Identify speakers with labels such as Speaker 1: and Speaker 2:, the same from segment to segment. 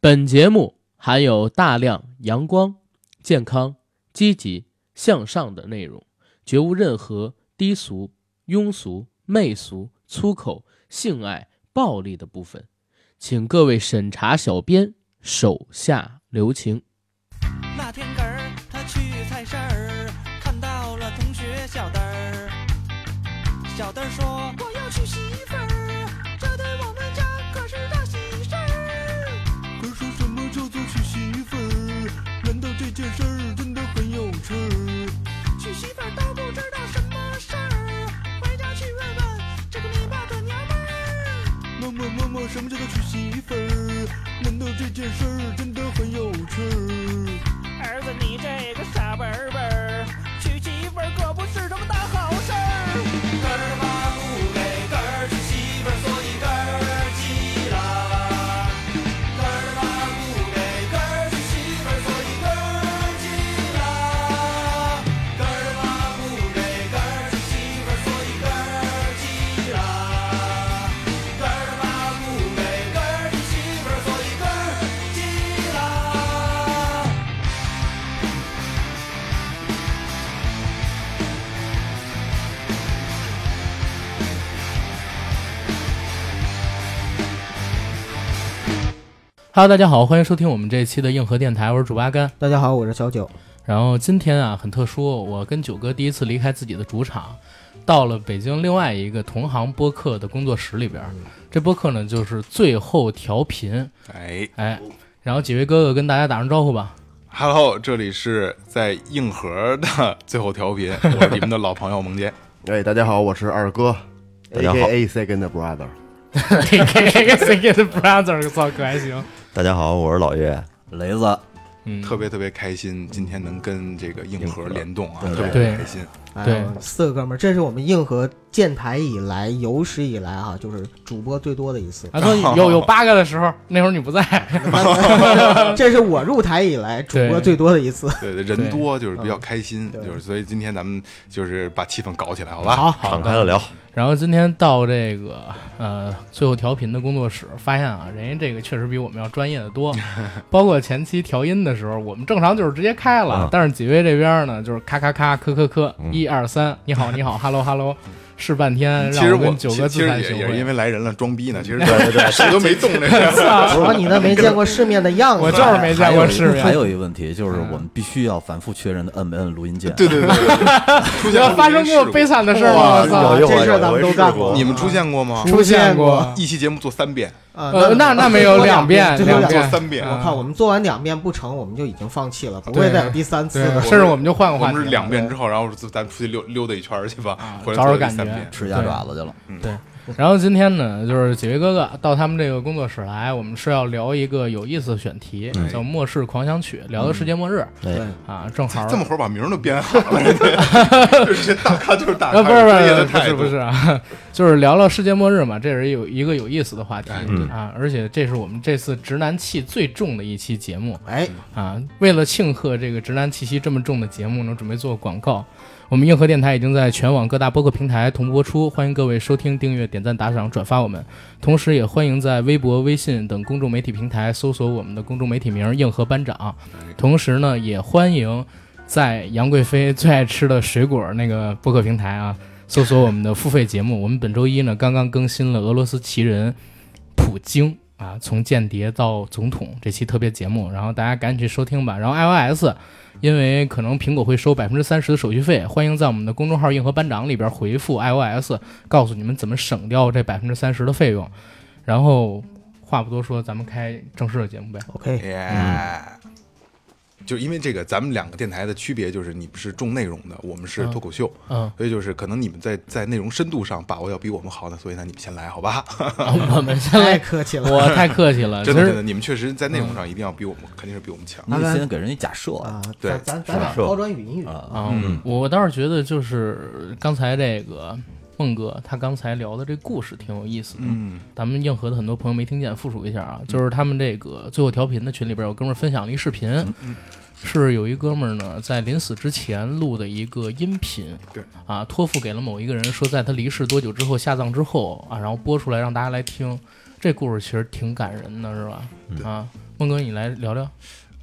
Speaker 1: 本节目含有大量阳光、健康、积极、向上的内容，绝无任何低俗、庸俗、媚俗、粗口、性爱、暴力的部分，请各位审查小编手下留情。
Speaker 2: 那天个儿，他去菜市儿，看到了同学小灯儿。小灯儿说：“我要娶媳妇儿，这对我们家可是大喜事儿。”可是什么叫做娶媳妇儿？难道这件事儿真的很有趣儿？娶媳妇儿都不知道什么事儿，回家去问问这个你爸的娘们儿。妈妈妈妈，什么叫做娶媳妇儿？难道这件事儿真的很有趣儿？儿子，你这个傻笨笨儿，娶媳妇儿可不是什么大好事儿。根儿妈不给根儿娶媳妇儿，所以根儿急了。根儿妈不给根儿娶媳妇儿，所以根儿急了。根儿妈不给根儿娶媳妇儿，所以根儿急了。根儿妈不给根儿娶媳妇儿，所以根儿急了。
Speaker 3: Hello，大家好，欢迎收听我们这一期的硬核电台，我是主八甘。
Speaker 4: 大家好，我是小九。
Speaker 3: 然后今天啊很特殊，我跟九哥第一次离开自己的主场，到了北京另外一个同行播客的工作室里
Speaker 4: 嗯
Speaker 3: 边儿。这播客呢就是最后调频，
Speaker 5: 哎
Speaker 3: 哎，然后几位哥哥跟大家打声招呼 吧。
Speaker 5: ，Hello，这里是在硬核的最后调 频，我是你们的老朋友蒙杰。
Speaker 6: 哎，大家好，我是二哥。
Speaker 4: 大家好
Speaker 6: A Second Brother。
Speaker 3: A K A Second Brother，操，可还行。
Speaker 7: 大家好，我是老岳。
Speaker 4: 雷子，
Speaker 3: 嗯，
Speaker 5: 特别特别开心，今天能跟这个硬核联动啊，
Speaker 6: 对
Speaker 5: 特别特
Speaker 3: 嗯对
Speaker 5: 别开心。
Speaker 4: 哎
Speaker 3: 对
Speaker 4: 呦，四个哥们儿，这是我们硬核建台以来有史以来啊，就是主播最多的一
Speaker 3: 。
Speaker 4: 次
Speaker 3: 啊，对，有 有八个的时候，那会儿你不在，
Speaker 4: 这是我入台以来主播最多的一次。
Speaker 5: 对对，人多就是比较开心，
Speaker 3: 嗯
Speaker 4: 对
Speaker 5: 就是所以今天咱们就是把气氛搞起来，好吧？
Speaker 4: 好，
Speaker 7: 敞开 了聊，
Speaker 3: 然后今天到这个呃最后调频的工作室，发现啊，人家这个确实比我们要专业的 多，包括前期调音的时候，我们正常就是直接开了，
Speaker 7: 嗯
Speaker 3: 但是几位这边呢，就是咔咔咔、磕磕磕，
Speaker 7: 嗯
Speaker 3: 一二三，你好你好哈喽哈喽，试半天，
Speaker 5: 嗯其实
Speaker 3: 让
Speaker 5: 我
Speaker 3: 跟九哥自
Speaker 5: 其实
Speaker 3: 惭
Speaker 5: 也
Speaker 3: 形
Speaker 5: 也是因
Speaker 3: 秽。
Speaker 5: 为来人了，装逼
Speaker 3: 嗯
Speaker 5: 呢。其实对对对，手都没动 这 个。
Speaker 4: 我说你那没见过世面的样子，
Speaker 3: 啊我就是没见
Speaker 7: 还
Speaker 3: 过
Speaker 7: 有
Speaker 3: 世面，
Speaker 7: 还有一个问题就是，
Speaker 3: 嗯
Speaker 7: 我们必须要反复确认的摁没摁录音键。
Speaker 5: 对对对对， 出现过
Speaker 3: 发生过悲惨的事儿吗？
Speaker 4: 哇
Speaker 3: 我操！
Speaker 4: 这事儿咱们都干过。
Speaker 5: 你们出现过吗？
Speaker 3: 出现过，
Speaker 5: 一期节目做三遍，
Speaker 4: 啊？
Speaker 3: 呃，那那没有两遍，
Speaker 4: 最多
Speaker 3: 两
Speaker 4: 两
Speaker 5: 做
Speaker 3: 遍，
Speaker 5: 三遍
Speaker 3: 嗯
Speaker 4: 我靠，我们做完两遍不成，我们就已经放弃了，不会
Speaker 3: 对
Speaker 4: 再有第三次
Speaker 3: 对，
Speaker 4: 的。
Speaker 3: 甚至我们就换个
Speaker 5: 我
Speaker 3: 话题
Speaker 5: 们
Speaker 3: 了，
Speaker 5: 是两遍之后，然后咱出去溜溜达一圈儿去吧，回来
Speaker 3: 找
Speaker 5: 做
Speaker 3: 啊找
Speaker 5: 第
Speaker 3: 感
Speaker 5: 三
Speaker 3: 觉
Speaker 5: 遍。
Speaker 7: 吃鸭爪子去了。
Speaker 3: 然后今天呢，就是几位哥哥到他们这个工作室来，我们是要聊一个有意思的选题，
Speaker 5: 哎
Speaker 3: 叫《末世狂想曲》，聊的世界末日、
Speaker 7: 对
Speaker 4: 对
Speaker 3: 啊，正好
Speaker 5: 嗯这么会儿把名儿都编好 了，人家就是这大咖就是大
Speaker 3: 啊，
Speaker 5: 咖，
Speaker 3: 不是不
Speaker 5: 专业的
Speaker 3: 是不
Speaker 5: 态
Speaker 3: 是
Speaker 5: 度
Speaker 3: 不是 啊，就是聊聊世界末日嘛，这是有一个有意思的话题、
Speaker 7: 嗯
Speaker 3: 啊，而且这是我们这次直男气最重的一期节目
Speaker 4: 哎，
Speaker 3: 啊，为了庆贺这个直男气息这么重的节目呢，准备做广告。我们硬核电台已经在全网各大播客平台同步播出，欢迎各位收听、订阅、点赞、打赏、转发我们。同时，也欢迎在微博、微信等公众媒体平台搜索我们的公众媒体名“硬核班长”。同时呢，也欢迎在杨贵妃最爱吃的水果那个播客平台啊，搜索我们的付费节目。我们本周一呢，刚刚更新了俄罗斯奇人普京啊，从间谍到总统这期特别节目，然后大家赶紧去收听吧。然后 iOS。因为可能苹果会收百分之三十的手续费，欢迎在我们的公众号“硬核班长”里边回复 iOS，告诉你们怎么省掉这百分之三十的费用。然后话不多说，咱们开正式的节目呗。
Speaker 5: 哎
Speaker 4: ，OK，
Speaker 5: 耶。就因为这个，咱们两个电台的区别就是，你们是重内容的，我们是脱口秀，
Speaker 3: 嗯，
Speaker 5: 所以就是可能你们在在内容深度上把握要比我们好呢，所以呢，你们先来好吧？
Speaker 3: 我们先
Speaker 4: 太
Speaker 3: 来，
Speaker 4: 客气了
Speaker 3: 我太客气啊 了。其
Speaker 5: 真的真的，
Speaker 3: 实嗯
Speaker 5: 你们确实在内容上一定要比我们，肯定是比我们强。
Speaker 7: 你得先给人一假设
Speaker 4: 啊！
Speaker 5: 对
Speaker 4: 咱咱咱俩
Speaker 7: 是吧
Speaker 4: 抛砖引玉啊！
Speaker 7: 啊，
Speaker 3: 啊，我倒是觉得就是刚才这个孟哥他刚才聊的这故事挺有意思的。
Speaker 5: 嗯，
Speaker 3: 咱们硬核的很多朋友没听见，复述一下啊，就是他们这个最后调频的群里边有哥们儿分享了一视频，
Speaker 5: 嗯
Speaker 3: 是有一哥们儿呢在临死之前录的一个音频，
Speaker 5: 对
Speaker 3: 啊，托付给了某一个人，说在他离世多久之后下葬之
Speaker 5: 嗯
Speaker 3: 后啊，然后播出来让大家来听，这故事其实挺感人的，是吧？啊，孟哥，你来聊聊。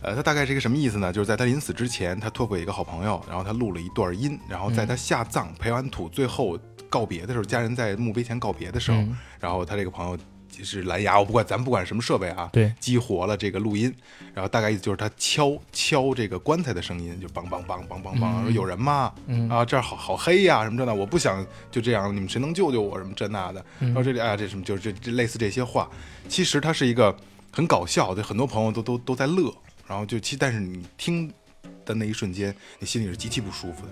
Speaker 5: 呃，他大概是一个什么意思呢？就是在他临死之前，他托付给一个好朋友，然后他录了一段音，然后在
Speaker 3: 嗯
Speaker 5: 他下葬、培完土、最后告别的时候，家人在墓碑前告别的时候，
Speaker 3: 嗯
Speaker 5: 然后他这个朋友是蓝牙，我不管咱不管什么设备啊，
Speaker 3: 对
Speaker 5: 激活了这个录音，然后大概意思就是他敲敲这个棺材的声音，就梆梆梆梆梆梆，说有人吗？
Speaker 3: 嗯
Speaker 5: 啊，这儿好好黑呀、什么这那，我不想就这样，你们谁能救救我什么这那的？然后这里啊，这什么就是这这类似这些话，其实它是一个很搞笑的，很多朋友都都都在乐，然后就其但是你听的那一瞬间，你心里是极其不舒服的。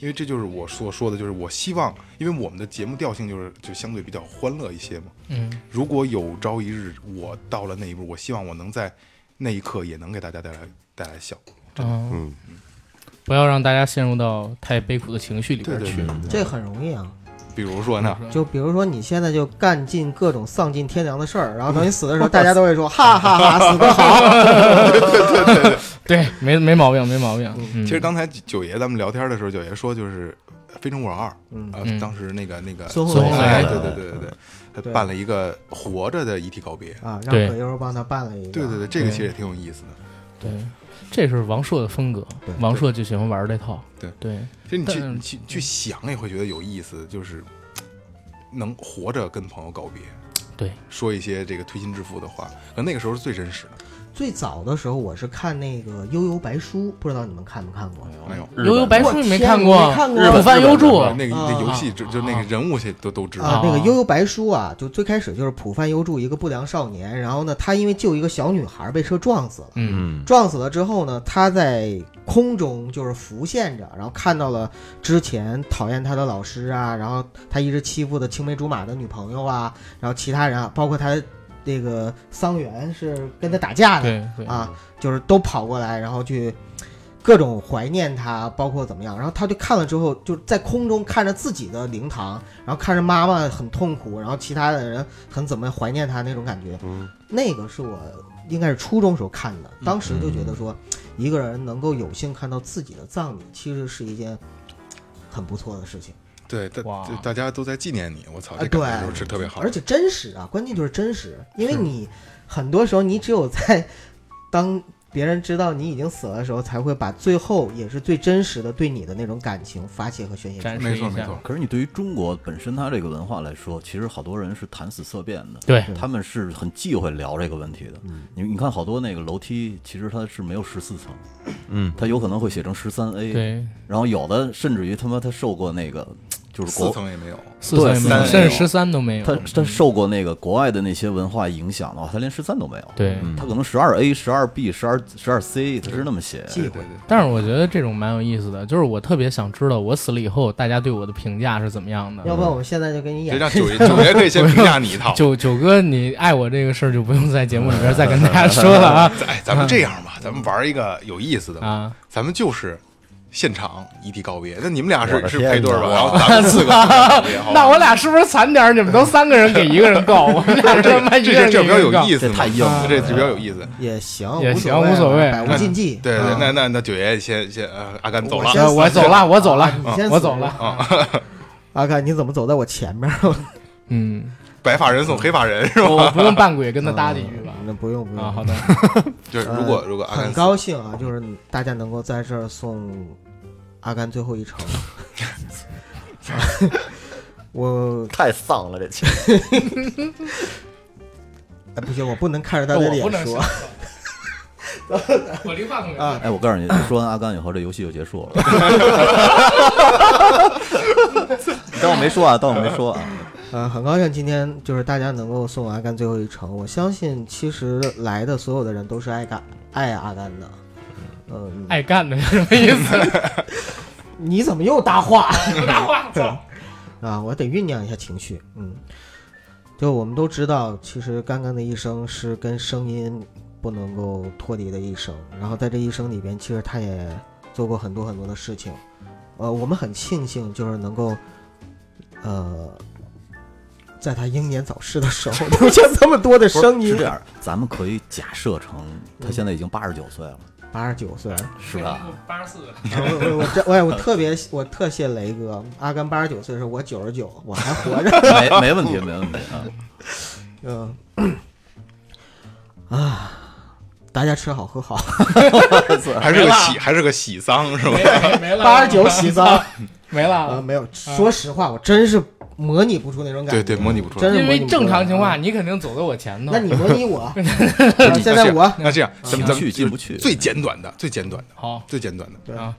Speaker 5: 因为这就是我所说的，就是我希望，因为我们的节目调性就是就相对比较欢乐一些嘛，
Speaker 3: 嗯
Speaker 5: 如果有朝一日我到了那一步，我希望我能在那一刻也能给大家带来带来笑。
Speaker 3: 嗯
Speaker 6: 嗯，
Speaker 3: 不要让大家陷入到太悲苦的情绪里边去。
Speaker 5: 对，
Speaker 4: 这很容易啊。
Speaker 5: 比如说呢，
Speaker 4: 就比如说你现在就干尽各种丧尽天良的事儿，然后等你死的时候，大家都会说哈哈哈，死得好。
Speaker 3: 对，没没毛病，没毛病。嗯
Speaker 5: 其实刚才九爷咱们聊天的时候，九爷说就是《非诚勿扰二》
Speaker 4: 嗯
Speaker 5: 啊
Speaker 3: 嗯，
Speaker 5: 当时那个那个
Speaker 4: 孙
Speaker 3: 红雷
Speaker 5: 哎对对对对对，他
Speaker 4: 对
Speaker 5: 办了一个活着的遗体告别。
Speaker 4: 啊，让
Speaker 3: 对
Speaker 4: 葛优帮他办了一个。
Speaker 5: 对对对，这个其实也挺有意思的。
Speaker 3: 对，这是王朔的风格
Speaker 4: 对，
Speaker 3: 王朔就喜欢玩这套。
Speaker 5: 对
Speaker 3: 对，
Speaker 5: 其实你去
Speaker 3: 但
Speaker 5: 你去去想也会觉得有意思，就是能活着跟朋友告别，
Speaker 3: 对，
Speaker 5: 说一些这个推心置腹的话，可那个时候是最真实的。
Speaker 4: 最早的时候我是看那个《悠悠白书》，不知道你们看没看过？
Speaker 5: 哎呦，
Speaker 1: 嗯
Speaker 3: 悠悠白
Speaker 4: 我
Speaker 3: 书你没
Speaker 4: 天
Speaker 3: 看
Speaker 4: 你
Speaker 3: 过
Speaker 4: 没看过
Speaker 3: 日
Speaker 4: 日
Speaker 3: 不
Speaker 4: 本
Speaker 3: 翻优助
Speaker 5: 那个那游戏就就那个人物都都知道
Speaker 4: 啊，那个《悠悠白书》啊，就最开始就是浦饭优助一个不良少年，然后呢，他因为救一个小女孩被车撞死了，
Speaker 3: 嗯
Speaker 7: 嗯，
Speaker 4: 撞死了之后呢，他在空中就是浮现着，然后看到了之前讨厌他的老师啊，然后他一直欺负的青梅竹马的女朋友啊，然后其他人啊，包括他那个桑园是跟他打架的，
Speaker 3: 对对
Speaker 4: 啊，就是都跑过来，然后去各种怀念他，包括怎么样。然后他就看了之后，就在空中看着自己的灵堂，然后看着妈妈很痛苦，然后其他的人很怎么怀念他那种感觉。
Speaker 6: 嗯，
Speaker 4: 那个是我应该是初中时候看的，当时就觉得说，一个人能够有幸看到自己的葬礼，其实是一件很不错的事情，
Speaker 5: 对，大
Speaker 3: 哇
Speaker 5: 大大家都在纪念你，我操，
Speaker 4: 啊
Speaker 5: 这感觉就是特别好。
Speaker 4: 而且真实啊，关键就是真实，因为你很多时候你只有在当别人知道你已经死了的时候，才会把最后也是最真实的对你的那种感情发泄和宣泄出来。
Speaker 3: 展示
Speaker 5: 没错
Speaker 3: 一下
Speaker 5: 没错，
Speaker 7: 可是你对于中国本身它这个文化来说，其实好多人是谈死色变的，
Speaker 3: 对
Speaker 7: 他们是很忌讳聊这个问题的。
Speaker 3: 嗯
Speaker 7: 你你看好多那个楼梯，其实它是没有十四层，
Speaker 6: 嗯，
Speaker 7: 它有可能会写成十三 A，，
Speaker 3: 对，
Speaker 7: 然后有的甚至于他妈他受过那个就是
Speaker 5: 四
Speaker 7: 国。
Speaker 5: 层也没有，
Speaker 3: 四三也没有，
Speaker 7: 三
Speaker 3: 甚
Speaker 7: 也
Speaker 3: 至
Speaker 7: 有
Speaker 3: 十三都没有。
Speaker 7: 他他受过那个国外的那些文化影响的话，他连十三都没有。
Speaker 3: 对
Speaker 7: 嗯他可能十二 A、十二 B、十二十二 C，他是那么写。
Speaker 4: 忌
Speaker 5: 对
Speaker 4: 讳。
Speaker 5: 对，
Speaker 3: 但是我觉得这种蛮有意思的，就是我特别想知道我死了以后，大家对我的评价是怎么样的。
Speaker 4: 要不然我们现在就给你
Speaker 5: 这
Speaker 4: 演
Speaker 5: 让九爷九爷可以先评价你 一套。
Speaker 3: 九九哥，你爱我这个事儿就不用在节目里边再跟大家说了啊
Speaker 5: 哎，咱们这样吧，咱们玩一个有意思的吧，
Speaker 3: 啊！
Speaker 5: 咱们就是现场遗体告别。那你们俩
Speaker 7: 我
Speaker 5: 是
Speaker 7: 的
Speaker 5: 是
Speaker 7: 天
Speaker 5: 配对吧？
Speaker 7: 哪
Speaker 5: 然后咱们四个告别，好吧
Speaker 3: 那我俩是不是惨点儿？你们都三个人给一个人告，我们俩他妈
Speaker 5: 这
Speaker 3: 一个人
Speaker 5: 这
Speaker 3: 给
Speaker 5: 这
Speaker 3: 一个人
Speaker 5: 比较有
Speaker 3: 告。
Speaker 5: 意思
Speaker 7: 这
Speaker 5: 嘛，
Speaker 7: 太硬了
Speaker 5: 这这比较有意思。
Speaker 4: 也行，
Speaker 3: 也
Speaker 4: 无
Speaker 3: 行
Speaker 4: 所
Speaker 3: 无所
Speaker 4: 谓
Speaker 3: 谓
Speaker 4: 啊，百无禁忌。
Speaker 5: 嗯对对
Speaker 4: 啊，
Speaker 5: 那那那九爷先先呃，阿甘走
Speaker 4: 我
Speaker 5: 了
Speaker 4: 先。
Speaker 3: 呃我走了，我走了嗯
Speaker 4: 啊你先，
Speaker 3: 我
Speaker 4: 死
Speaker 3: 走了。
Speaker 5: 嗯
Speaker 4: 阿甘，你怎么走在我前 面？
Speaker 3: 嗯，
Speaker 5: 白发人送黑发人是吧？
Speaker 3: 我不用扮鬼跟他搭几
Speaker 4: 嗯
Speaker 3: 句吧？
Speaker 4: 那不用不用
Speaker 3: 啊，好的，
Speaker 5: 就是
Speaker 4: 呃
Speaker 5: 如果如果阿甘
Speaker 4: 很
Speaker 5: 死
Speaker 4: 高兴啊，就是大家能够在这儿送阿甘最后一程。 我
Speaker 6: 太丧了，这期
Speaker 4: 哎不行，我不能看着他的
Speaker 3: 哦我不
Speaker 4: 脸
Speaker 3: 能
Speaker 4: 说。
Speaker 3: 我离话筒
Speaker 4: 啊
Speaker 7: 哎，我告诉你，说完阿甘以后，这游戏就结 束了。当我没说啊，当我没说啊。
Speaker 4: 呃，很高兴今天就是大家能够送阿甘最后一程。我相信其实来的所有的人都是爱甘爱阿甘的。嗯，
Speaker 3: 爱干的是什么意思？
Speaker 4: 你怎么又搭话？
Speaker 3: 搭话，操！
Speaker 4: 啊，我得酝酿一下情绪。嗯，就我们都知道，其实干干的一生是跟声音不能够脱离的一生。然后在这一生里边，其实他也做过很多很多的事情。呃，我们很庆幸，就是能够，呃，在他英年早逝的时 候留下这么多的
Speaker 7: 不是
Speaker 4: 声音
Speaker 7: 是这。样，咱们可以假设成他现在已经八十九岁了，
Speaker 4: 八十九岁 了，
Speaker 7: 是吧？？
Speaker 3: 八十四，
Speaker 4: 啊我我我这我我特别我特谢雷哥，阿甘八十九岁的时候我九十九，我还活着。
Speaker 7: 没没嗯 问题，没问题啊。
Speaker 4: 嗯，啊，大家吃好喝好，
Speaker 5: 还是个喜还是个喜丧是吧？
Speaker 3: 没 没了，
Speaker 4: 嗯八十九喜丧
Speaker 3: 没
Speaker 4: 啊，
Speaker 3: 了。
Speaker 4: 没有。说实话，我真是模拟不出那种感
Speaker 5: 对
Speaker 4: 觉。
Speaker 5: 对，模拟不出来
Speaker 4: 真。是
Speaker 3: 因
Speaker 4: 模拟
Speaker 3: 为
Speaker 4: 不出来
Speaker 3: 正常情况下，
Speaker 4: 嗯
Speaker 3: 你肯定走在我前头
Speaker 4: 那。你模拟 我，
Speaker 5: 那
Speaker 4: 啊现在
Speaker 5: 这样
Speaker 4: 我
Speaker 5: 那这样，咱们咱
Speaker 7: 进不
Speaker 5: 们
Speaker 7: 去进不
Speaker 5: 就是
Speaker 7: 去，
Speaker 5: 最简短的，最简短的，
Speaker 3: 好，
Speaker 5: 最简短的。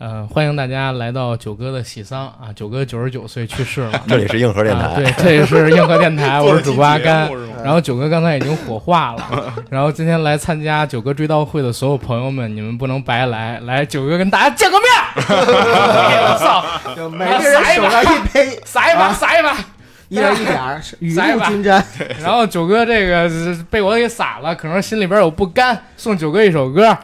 Speaker 3: 呃，欢迎大家来到九哥的喜丧啊！九哥九十九岁去世了
Speaker 7: 这里是硬核电
Speaker 3: 啊
Speaker 7: 台，
Speaker 3: 对，这也是硬核电 台，我是主播阿甘
Speaker 5: 做。了期节目是吗
Speaker 3: 然后九哥刚才已经火化 了，然后今天来参加九哥追悼会的所有朋友们，你们不能白来，来九哥跟大家见个面儿。 哎我操，
Speaker 4: 就每个人手上一杯，
Speaker 3: 撒一
Speaker 5: 啊
Speaker 3: 把，撒一把。
Speaker 4: 一人一点儿，是雨
Speaker 3: 撒一
Speaker 4: 露
Speaker 3: 把
Speaker 4: 均沾。
Speaker 3: 然后九哥这个是被我给撒了，可能心里边有不甘，送九哥一首歌。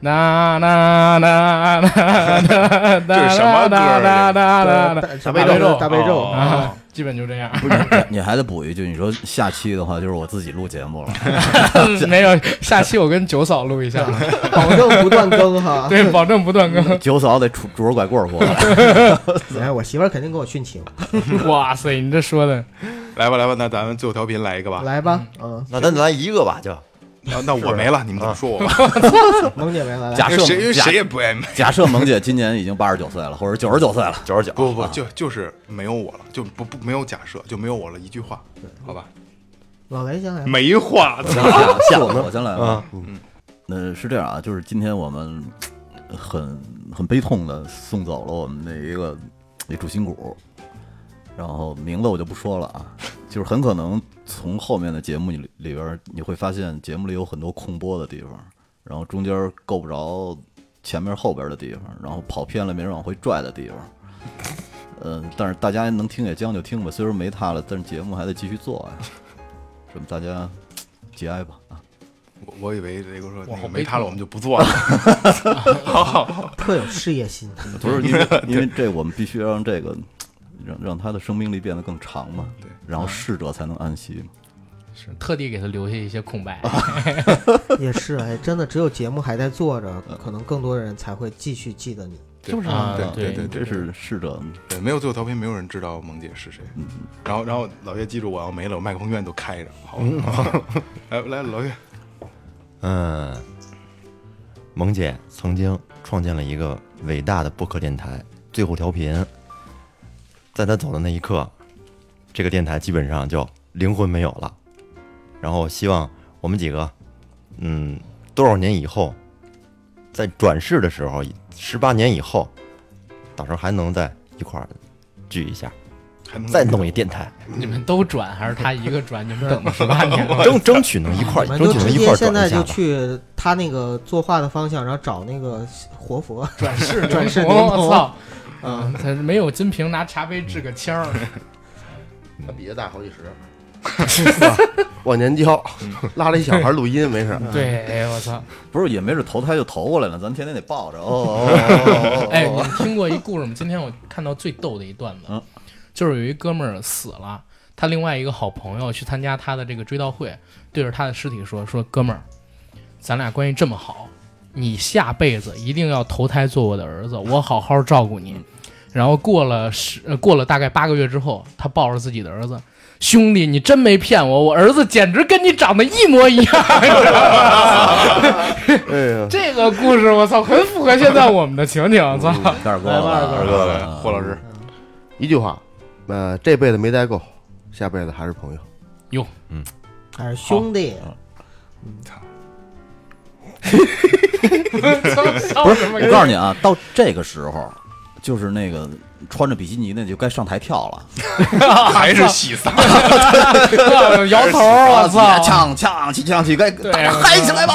Speaker 3: 那那那那那那
Speaker 5: 这是什么歌
Speaker 3: 那
Speaker 5: 儿啊
Speaker 3: 那那那那，
Speaker 4: 大
Speaker 3: 悲咒
Speaker 4: 呃大悲咒，
Speaker 3: 啊，基本就这 样。
Speaker 7: 不是你你还得补一句，你说下期的话就是我自己录节目了，
Speaker 3: 没有，下期我跟九嫂录 一下，
Speaker 4: 保
Speaker 3: 哦
Speaker 4: 证不断更 哈。
Speaker 3: 对，保证不断更。
Speaker 7: 九嫂得拄拄着拐棍儿过来。
Speaker 4: 哎，我媳妇儿肯定给我殉情。
Speaker 3: 哇塞，你这说的，
Speaker 5: 来吧来吧，那咱们最后调频来一个吧。
Speaker 4: 来吧，嗯，
Speaker 6: 那咱来一个吧，就
Speaker 5: 那那我没了，你们怎么说我吧？
Speaker 4: 萌嗯姐没来，来
Speaker 7: 假
Speaker 5: 因
Speaker 7: 设
Speaker 5: 为谁因为
Speaker 7: 假
Speaker 5: 谁也不爱买。
Speaker 7: 假设萌姐今年已经八十九岁了，或者九十九岁了，九啊十九
Speaker 5: 不不不，就就是没有我了，就不不没有假设，就没有我了一句话，好吧？
Speaker 4: 老雷先来。
Speaker 5: 没话，
Speaker 7: 行行行，我先来吧
Speaker 6: 啊。
Speaker 7: 嗯，是这样啊，就是今天我们呃很很悲痛的送走了我们的一个一主心骨，然后名字我就不说了啊，就是很可能从后面的节目里里边儿你会发现节目里有很多空播的地方，然后中间儿够不着前面后边儿的地方，然后跑偏了没人往回拽的地方。呃，但是大家能听也将就听吧，虽然没他了，但是节目还得继续做呀、什么大家节哀吧啊。
Speaker 5: 我我以为雷哥说那
Speaker 3: 好
Speaker 5: 个
Speaker 3: 悲
Speaker 5: 没他
Speaker 3: 痛
Speaker 5: 了我们就不做了，
Speaker 4: 特有事业心，
Speaker 7: 不是因为因为这我们必须要让这个让让他的生命力变得更长嘛，
Speaker 5: 对，
Speaker 7: 然后逝者才能安息嘛。
Speaker 3: 是特地给他留下一些空白。
Speaker 4: 也是哎，真的，只有节目还在做着，可能更多的人才会继续记得你。
Speaker 5: 对
Speaker 3: 是啊
Speaker 5: 对
Speaker 3: 对
Speaker 7: 这是逝者，
Speaker 5: 对，没有最后调频，没有人知道萌姐是谁。然后然后老岳记住，我要没了，我麦克风永远都开着，好吧？来 来，老岳，
Speaker 8: 嗯，萌姐曾经创建了一个伟大的播客电台——最后调频。在她走的那一刻，这个电台基本上就灵魂没有了。然后希望我们几个，嗯，多少年以后，在转世的时候，十八年以后，到时候还能在一块儿聚一下，
Speaker 5: 还能
Speaker 8: 再弄一电台，
Speaker 3: 你们都转还是他一个转？你们等了十八年 了。
Speaker 8: 争争取能一块儿，
Speaker 4: 你们就
Speaker 8: 争取
Speaker 4: 直
Speaker 8: 能一
Speaker 4: 接
Speaker 8: 块儿
Speaker 4: 现
Speaker 8: 转
Speaker 4: 在
Speaker 8: 一下
Speaker 4: 就
Speaker 8: 吧。
Speaker 4: 去他那个作画的方向，然后找那个活佛。
Speaker 3: 转世
Speaker 4: 转世
Speaker 3: 流
Speaker 4: 流
Speaker 3: 我
Speaker 4: 氓
Speaker 3: 操！嗯，他没有金瓶，拿茶杯掷个签儿。
Speaker 6: 他比他大 好几十，嗯忘年交，拉了一小孩录音，没事。
Speaker 3: 对，哎我操！
Speaker 7: 不是也没准投胎就投过来了，咱天天得抱着。哦哦哦哦，
Speaker 3: 哎，你们听过一故事吗？今天我看到最逗的一段子
Speaker 7: 嗯，
Speaker 3: 就是有一哥们儿死了，他另外一个好朋友去参加他的这个追悼会，对着他的尸体说：“说哥们儿，咱俩关系这么好，你下辈子一定要投胎做我的儿子，我好好照顾
Speaker 7: 嗯
Speaker 3: 你。”然后过了十，呃过了大概八个月之后，他抱着自己的儿子。兄弟，你真没骗我，我儿子简直跟你长得一模一样。
Speaker 6: 哎呀，
Speaker 3: 这个故事，我操，很符合现在我们的情景。我操，
Speaker 7: 二哥了，二
Speaker 5: 来
Speaker 7: 了
Speaker 5: 来霍老师，
Speaker 6: 嗯一句话，呃，这辈子没待够，下辈子还是朋友。
Speaker 4: 还是兄弟，
Speaker 8: 哦
Speaker 3: 不是
Speaker 7: 我告诉你啊，到这个时候，就是那个穿着比基尼的就该上台跳了。
Speaker 5: 还是喜丧，
Speaker 3: 摇头儿，我
Speaker 7: 啊
Speaker 3: 操！
Speaker 7: 呛呛起呛起，该
Speaker 3: 对
Speaker 7: 大家嗨起来吧！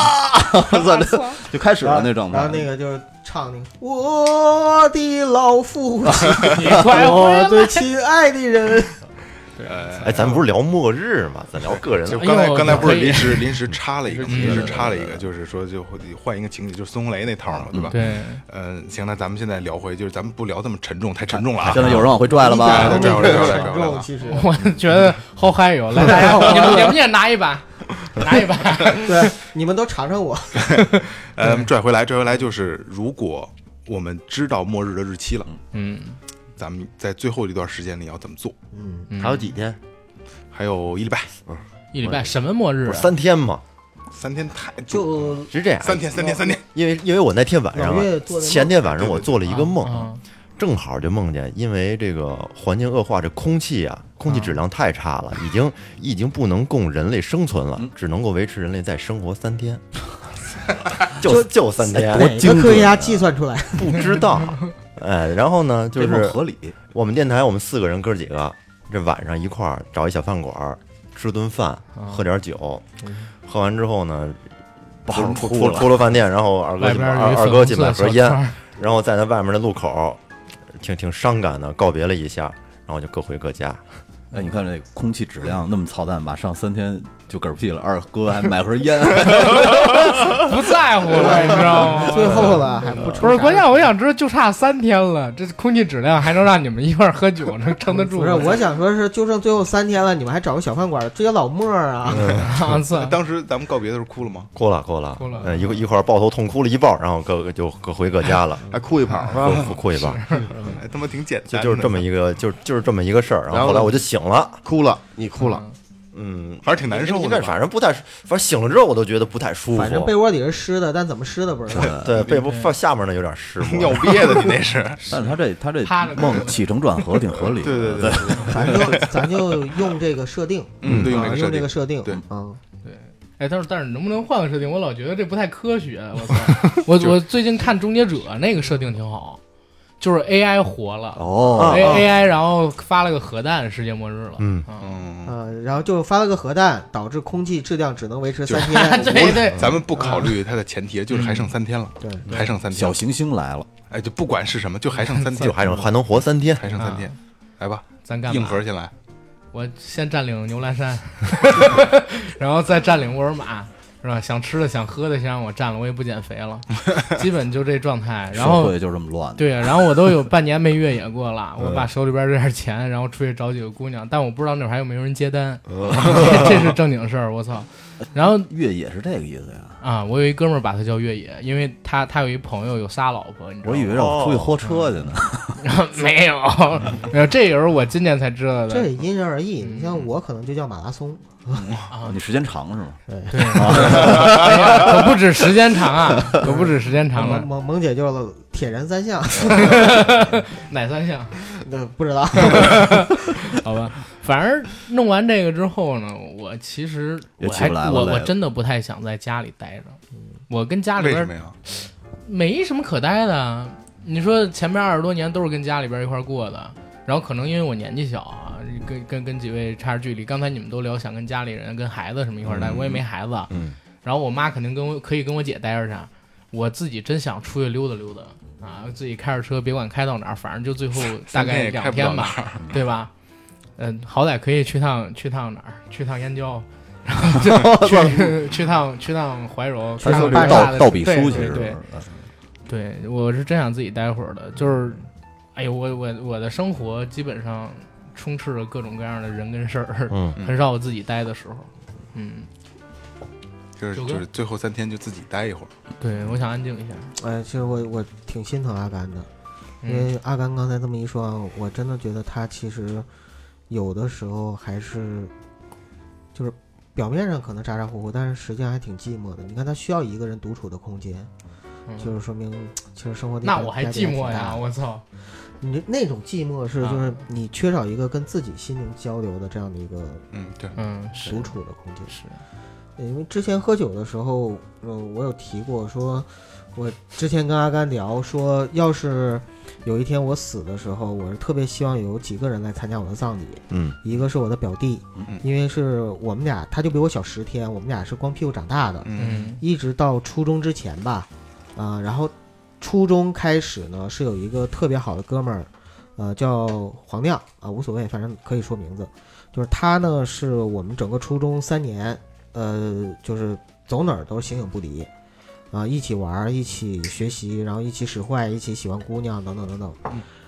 Speaker 7: 我操，就开始了那状态。
Speaker 4: 然后那个就是唱那个我的老父亲，
Speaker 3: 你快
Speaker 4: 我
Speaker 3: 回
Speaker 4: 最
Speaker 3: 来！
Speaker 4: 亲爱的 人，
Speaker 5: 呃
Speaker 8: 哎，咱不是聊末日吗？咱聊个人
Speaker 5: 就
Speaker 3: 哎呦
Speaker 5: 刚才刚才不是
Speaker 3: 可以
Speaker 5: 临时临时插了一个，
Speaker 3: 嗯
Speaker 5: 临时插了一个，就是说就会换一个情景，就是孙红雷那套嘛，对吧？。
Speaker 3: 对，
Speaker 5: 嗯，行，那咱们现在聊回，就是咱们不聊这么沉重，太沉重了啊。
Speaker 7: 现在有人往回拽了吧？
Speaker 5: 对对对对对
Speaker 4: 很重，其实
Speaker 3: 我觉得好嗨哟！ 来，大家，你们你们也拿一把，拿一把。
Speaker 4: 对，你们都尝尝我，
Speaker 5: 呃，拽回来，拽回来就是，如果我们知道末日的日期了，
Speaker 3: 嗯，
Speaker 5: 咱们在最后这段时间里要怎么做？
Speaker 3: 嗯
Speaker 6: 还有几天？
Speaker 5: 还有一礼拜，
Speaker 3: 一礼拜什么末日
Speaker 8: 不
Speaker 3: 啊
Speaker 8: 是？三天吗？
Speaker 5: 三天太重
Speaker 4: 就是
Speaker 8: 这样，
Speaker 5: 三天三天三天，
Speaker 8: 因为因为我那天晚上
Speaker 4: 老岳做
Speaker 8: 啊，
Speaker 4: 的梦
Speaker 8: 前天晚上我做了一个梦，
Speaker 3: 啊
Speaker 8: 正好就梦见，因为这个环境恶化，这空气啊，空气质量太差了，
Speaker 3: 嗯
Speaker 8: 已经已经不能供人类生存了，只能够维持人类再生活三 天，就就三天，
Speaker 4: 哪个科学家
Speaker 8: 啊
Speaker 4: 计算出来？
Speaker 8: 不知 道。哎，然后呢，就
Speaker 7: 这梦
Speaker 8: 是
Speaker 7: 合理。
Speaker 8: 我们电台，我们四个人哥几个，这晚上一块儿找一小饭馆儿吃顿饭，喝点酒，
Speaker 3: 嗯
Speaker 8: 喝完之后呢，
Speaker 7: 不好
Speaker 8: 出
Speaker 7: 吐
Speaker 8: 出
Speaker 7: 了
Speaker 8: 出了饭店，然后二哥
Speaker 3: 外
Speaker 8: 去
Speaker 3: 边
Speaker 8: 买二
Speaker 3: 儿有一
Speaker 8: 二
Speaker 3: 粉
Speaker 8: 哥
Speaker 3: 红
Speaker 8: 去
Speaker 3: 色
Speaker 8: 买
Speaker 3: 的
Speaker 8: 盒
Speaker 3: 小
Speaker 8: 烟
Speaker 3: 摊，儿
Speaker 8: 然后在那外面的路口，挺挺伤感的告别了一下，然后就各回各家。
Speaker 7: 哎，你看这空气质量那么操蛋，马上三天就嗝屁了。二哥还买盒烟，
Speaker 3: 不在乎了，你知道吗？
Speaker 4: 最 后了还不出
Speaker 3: 不是，
Speaker 4: 啥
Speaker 3: 关键我想知道，就差三天了，这空气质量还能让你们一块儿喝酒，能撑得住
Speaker 4: 不是，
Speaker 3: 吗？
Speaker 4: 我想说是，就剩最后三天了，你们还找个小饭馆儿，这些老莫儿啊，
Speaker 8: 嗯
Speaker 3: 我操！
Speaker 5: 当时咱们告别的时候哭了吗？
Speaker 8: 哭了，哭了，
Speaker 3: 哭了
Speaker 8: 嗯，一块一块儿抱头痛哭了一抱，然后各个就各回各家了，
Speaker 6: 还哭一泡
Speaker 5: 啊
Speaker 6: 是吧？
Speaker 8: 各哭一抱，
Speaker 5: 哎，他妈挺简
Speaker 8: 就
Speaker 5: 单的，
Speaker 8: 就是这么一个，就是就是这么一个事儿。然
Speaker 6: 然
Speaker 8: 后
Speaker 6: 后
Speaker 8: 后来
Speaker 6: 呢
Speaker 8: 我就醒了，
Speaker 6: 哭了，你哭了，
Speaker 8: 嗯，
Speaker 5: 还是挺难受
Speaker 8: 因
Speaker 5: 的
Speaker 8: 为
Speaker 5: 吧。，
Speaker 8: 反正不太，反正醒了之后我都觉得不太舒服。
Speaker 4: 反正被窝里是湿的，但怎么湿的不知道。
Speaker 8: 对被窝放下面呢有点湿嘛
Speaker 5: 尿憋的，你那是
Speaker 7: 但是他这他这
Speaker 3: 趴着
Speaker 7: 梦起承转合挺合理的。
Speaker 5: 对对对对，
Speaker 4: 咱就咱就用这个设定，
Speaker 5: 嗯，对，用
Speaker 4: 啊
Speaker 5: 这个设
Speaker 4: 用这
Speaker 5: 定
Speaker 4: 个，设定，
Speaker 5: 对
Speaker 4: 嗯，
Speaker 3: 哎，但是但是能不能换个设定？我老觉得这不太科学。我操！ 我我最近看《终结者》那个设定挺好，就是 AI 活了、
Speaker 7: 哦，
Speaker 3: a AI 然后发了个核弹，世界末日了。
Speaker 8: 嗯
Speaker 5: 嗯，
Speaker 4: 呃，然后就发了个核弹，导致空气质量只能维持三天。 嗯
Speaker 3: 对对，
Speaker 5: 咱们不考虑它的前提，就是还剩三天了，
Speaker 4: 对，
Speaker 5: 还剩三天
Speaker 7: 小，行星来了，
Speaker 5: 哎，就不管是什么，就还剩三 天，
Speaker 8: 就还能还能活三天。
Speaker 5: 还剩三天，来吧，
Speaker 3: 咱干嘛
Speaker 5: 硬核进来，
Speaker 3: 我先占领牛栏 山，然后再占领沃尔玛，是吧？想吃的、想喝的，先让我占了，我也不减肥 了，基本就这状态。然
Speaker 7: 社
Speaker 3: 后
Speaker 7: 会就嗯这么乱。
Speaker 3: 对，然后我都有半年没越野过了，我把手里边这点钱，然后出去找几个姑娘，但我不知道那会儿还有没有人接单，
Speaker 7: 嗯
Speaker 3: 这是正经事儿，我操。然后
Speaker 7: 越野是这个意思呀？
Speaker 3: 啊，我有一哥们儿把他叫越野，因为他他有一朋友有仨老婆，你知道
Speaker 7: 我
Speaker 3: 吗？
Speaker 7: 以为让我出去豁车去呢。
Speaker 3: 没有，没有，这也是我今年才知道的。
Speaker 4: 这也因人而异。你
Speaker 3: 嗯
Speaker 4: 像我可能就叫马拉松，啊
Speaker 7: 你时间长是吗？
Speaker 3: 对，哎呀可不止时间长啊，可不止时间长
Speaker 4: 萌
Speaker 3: 了。
Speaker 4: 萌萌姐就铁人三 项，
Speaker 3: 哪三项？
Speaker 4: 那不知 道。
Speaker 3: 好吧，反正弄完这个之后呢，我其实
Speaker 7: 也
Speaker 3: 我
Speaker 7: 起
Speaker 3: 还
Speaker 7: 不来了嗯
Speaker 3: 我
Speaker 7: 累
Speaker 3: 我
Speaker 7: 了
Speaker 3: 真的不太想在家里待着，我跟家里
Speaker 5: 为
Speaker 3: 边
Speaker 5: 什
Speaker 3: 儿
Speaker 5: 么呀？
Speaker 3: 没什么可待的。啊你说前面二十多年都是跟家里边一块儿过的，然后可能因为我年纪小啊，跟跟跟几位差着距离。刚才你们都聊想跟家里人、跟孩子什么一块儿待，我也没孩子，啊
Speaker 8: 嗯
Speaker 3: 然后我妈肯定跟我可以跟我姐待着去，我自己真想出去溜达溜达啊，自己开着车，别管开到哪儿，反正就最后大
Speaker 5: 三天
Speaker 3: 概
Speaker 5: 也
Speaker 3: 两
Speaker 5: 开不了
Speaker 3: 天
Speaker 5: 哪
Speaker 3: 吧，
Speaker 5: 儿，
Speaker 3: 对吧？嗯，好歹可以去趟去趟哪儿，去趟燕 郊，然后就去去趟去趟怀柔，
Speaker 4: 去
Speaker 3: 看
Speaker 4: 趟
Speaker 3: 看
Speaker 4: 大
Speaker 3: 大
Speaker 7: 倒
Speaker 3: 的
Speaker 7: 倒笔
Speaker 3: 对
Speaker 7: 书去嗯
Speaker 3: 对
Speaker 7: 是
Speaker 3: 对
Speaker 7: 吧？
Speaker 3: 对，我是真想自己待会儿的，就是，哎呦，我我我的生活基本上充斥着各种各样的人跟事儿，
Speaker 8: 嗯，
Speaker 3: 很少我自己待的时候。嗯，
Speaker 5: 就是
Speaker 3: 九哥
Speaker 5: 就是最后三天就自己待一会儿，
Speaker 3: 对，我想安静一下。
Speaker 4: 哎，其实我我挺心疼阿甘的，因
Speaker 3: 嗯
Speaker 4: 为阿甘刚才这么一说，啊，我真的觉得他其实有的时候还是就是表面上可能咋咋呼呼，但是实际上还挺寂寞的。你看他需要一个人独处的空间，
Speaker 3: 嗯
Speaker 4: 就是说明其实生活
Speaker 3: 那
Speaker 4: 压力
Speaker 3: 我还
Speaker 4: 压力
Speaker 3: 寂寞
Speaker 4: 挺大
Speaker 3: 呀！
Speaker 4: 的
Speaker 3: 我操，
Speaker 4: 你这那种寂寞是
Speaker 3: 啊
Speaker 4: 就是你缺少一个跟自己心灵交流的这样的一个
Speaker 5: 嗯，对，
Speaker 3: 嗯，是
Speaker 4: 独处的空间。
Speaker 3: 是，
Speaker 4: 因为之前喝酒的时候，呃，我有提过说，我之前跟阿甘聊说，要是有一天我死的时候，我是特别希望有几个人来参加我的葬礼。
Speaker 8: 嗯，
Speaker 4: 一个是我的表弟
Speaker 5: 嗯，
Speaker 4: 因为是我们俩，他就比我小十天，我们俩是光屁股长大的，
Speaker 5: 嗯，
Speaker 3: 嗯
Speaker 4: 一直到初中之前吧，啊、然后初中开始呢是有一个特别好的哥们儿，呃，叫黄亮啊、无所谓，反正可以说名字，就是他呢是我们整个初中三年，呃，就是走哪儿都是形影不离，啊、一起玩儿，一起学习，然后一起使坏，一起喜欢姑娘等等等等。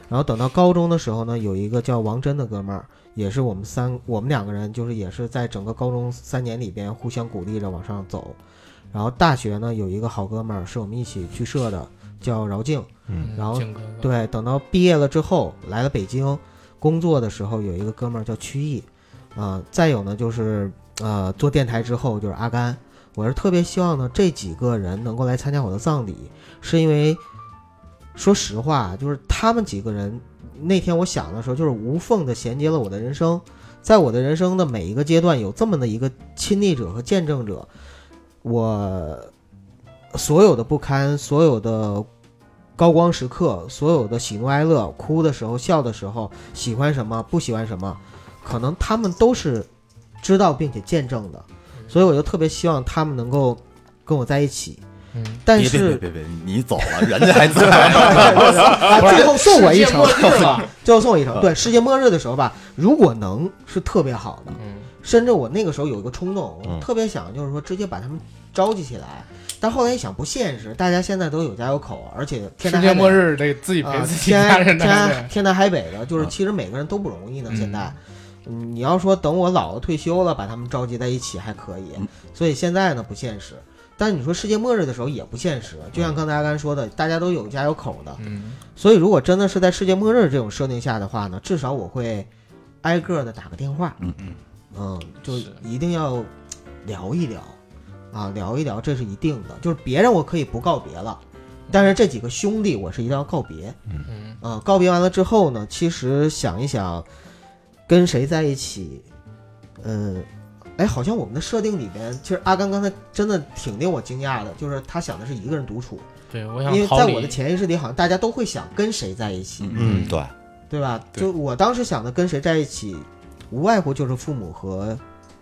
Speaker 4: 然后等到高中的时候呢，有一个叫王真的哥们儿，也是我们三我们两个人，就是也是在整个高中三年里边互相鼓励着往上走。然后大学呢有一个好哥们儿，是我们一起剧社的，叫饶静。
Speaker 3: 嗯
Speaker 4: 然后
Speaker 3: 静哥哥
Speaker 4: 对，等到毕业了之后来了北京工作的时候，有一个哥们儿叫曲艺，啊、再有呢就是呃做电台之后就是阿甘，我是特别希望呢这几个人能够来参加我的葬礼，是因为说实话，就是他们几个人那天我想的时候，就是无缝的衔接了我的人生，在我的人生的每一个阶段有这么的一个亲历者和见证者，我所有的不堪，所有的高光时刻，所有的喜怒哀乐，哭的时候、笑的时候，喜欢什么、不喜欢什么，可能他们都是知道并且见证的，所以我就特别希望他们能够跟我在一起。
Speaker 3: 嗯，
Speaker 4: 但
Speaker 7: 别别别
Speaker 4: 是
Speaker 7: 别别，你走了，人家还在。
Speaker 4: 啊，最后送我一程，
Speaker 3: 世界末日了
Speaker 4: 最后送我一程。对，世界末日的时候吧，如果能是特别好的，
Speaker 3: 嗯
Speaker 4: 甚至我那个时候有一个冲动，我
Speaker 8: 嗯
Speaker 4: 特别想就是说直接把他们召集起来。但后来一想不现实，大家现在都有家有口，而且天
Speaker 3: 世
Speaker 4: 南
Speaker 3: 界
Speaker 4: 海北
Speaker 3: 末日得自己陪
Speaker 4: 啊，
Speaker 3: 自己
Speaker 4: 天
Speaker 3: 家人
Speaker 4: 南天
Speaker 3: 的，
Speaker 4: 南天南海北的，就是
Speaker 7: 嗯
Speaker 4: 其实每个人都不容易呢。
Speaker 3: 嗯
Speaker 4: 现在，嗯，你要说等我老了退休了，把他们召集在一起还可以
Speaker 7: 嗯，
Speaker 4: 所以现在呢不现实。但你说世界末日的时候也不现实，就像刚才阿甘说的，大家都有家有口的，
Speaker 3: 嗯，
Speaker 4: 所以如果真的是在世界末日这种设定下的话呢，至少我会挨个的打个电话，
Speaker 7: 嗯
Speaker 5: 嗯
Speaker 4: 嗯，就是一定要聊一聊啊，聊一聊，这是一定的。就是别人我可以不告别了，但是这几个兄弟我是一定要告别。
Speaker 3: 嗯
Speaker 4: 啊，告别完了之后呢，其实想一想，跟谁在一起，嗯，哎，好像我们的设定里边，其实阿甘刚才真的挺令我惊讶的，就是他想的是一个人独处，
Speaker 3: 对，我
Speaker 4: 因
Speaker 3: 想
Speaker 4: 为
Speaker 3: 逃
Speaker 4: 在
Speaker 3: 离。
Speaker 4: 我的潜意识里，好像大家都会想跟谁在一起，
Speaker 8: 嗯，对，
Speaker 4: 对吧？
Speaker 5: 对
Speaker 4: 就我当时想的跟谁在一起，无外乎就是父母和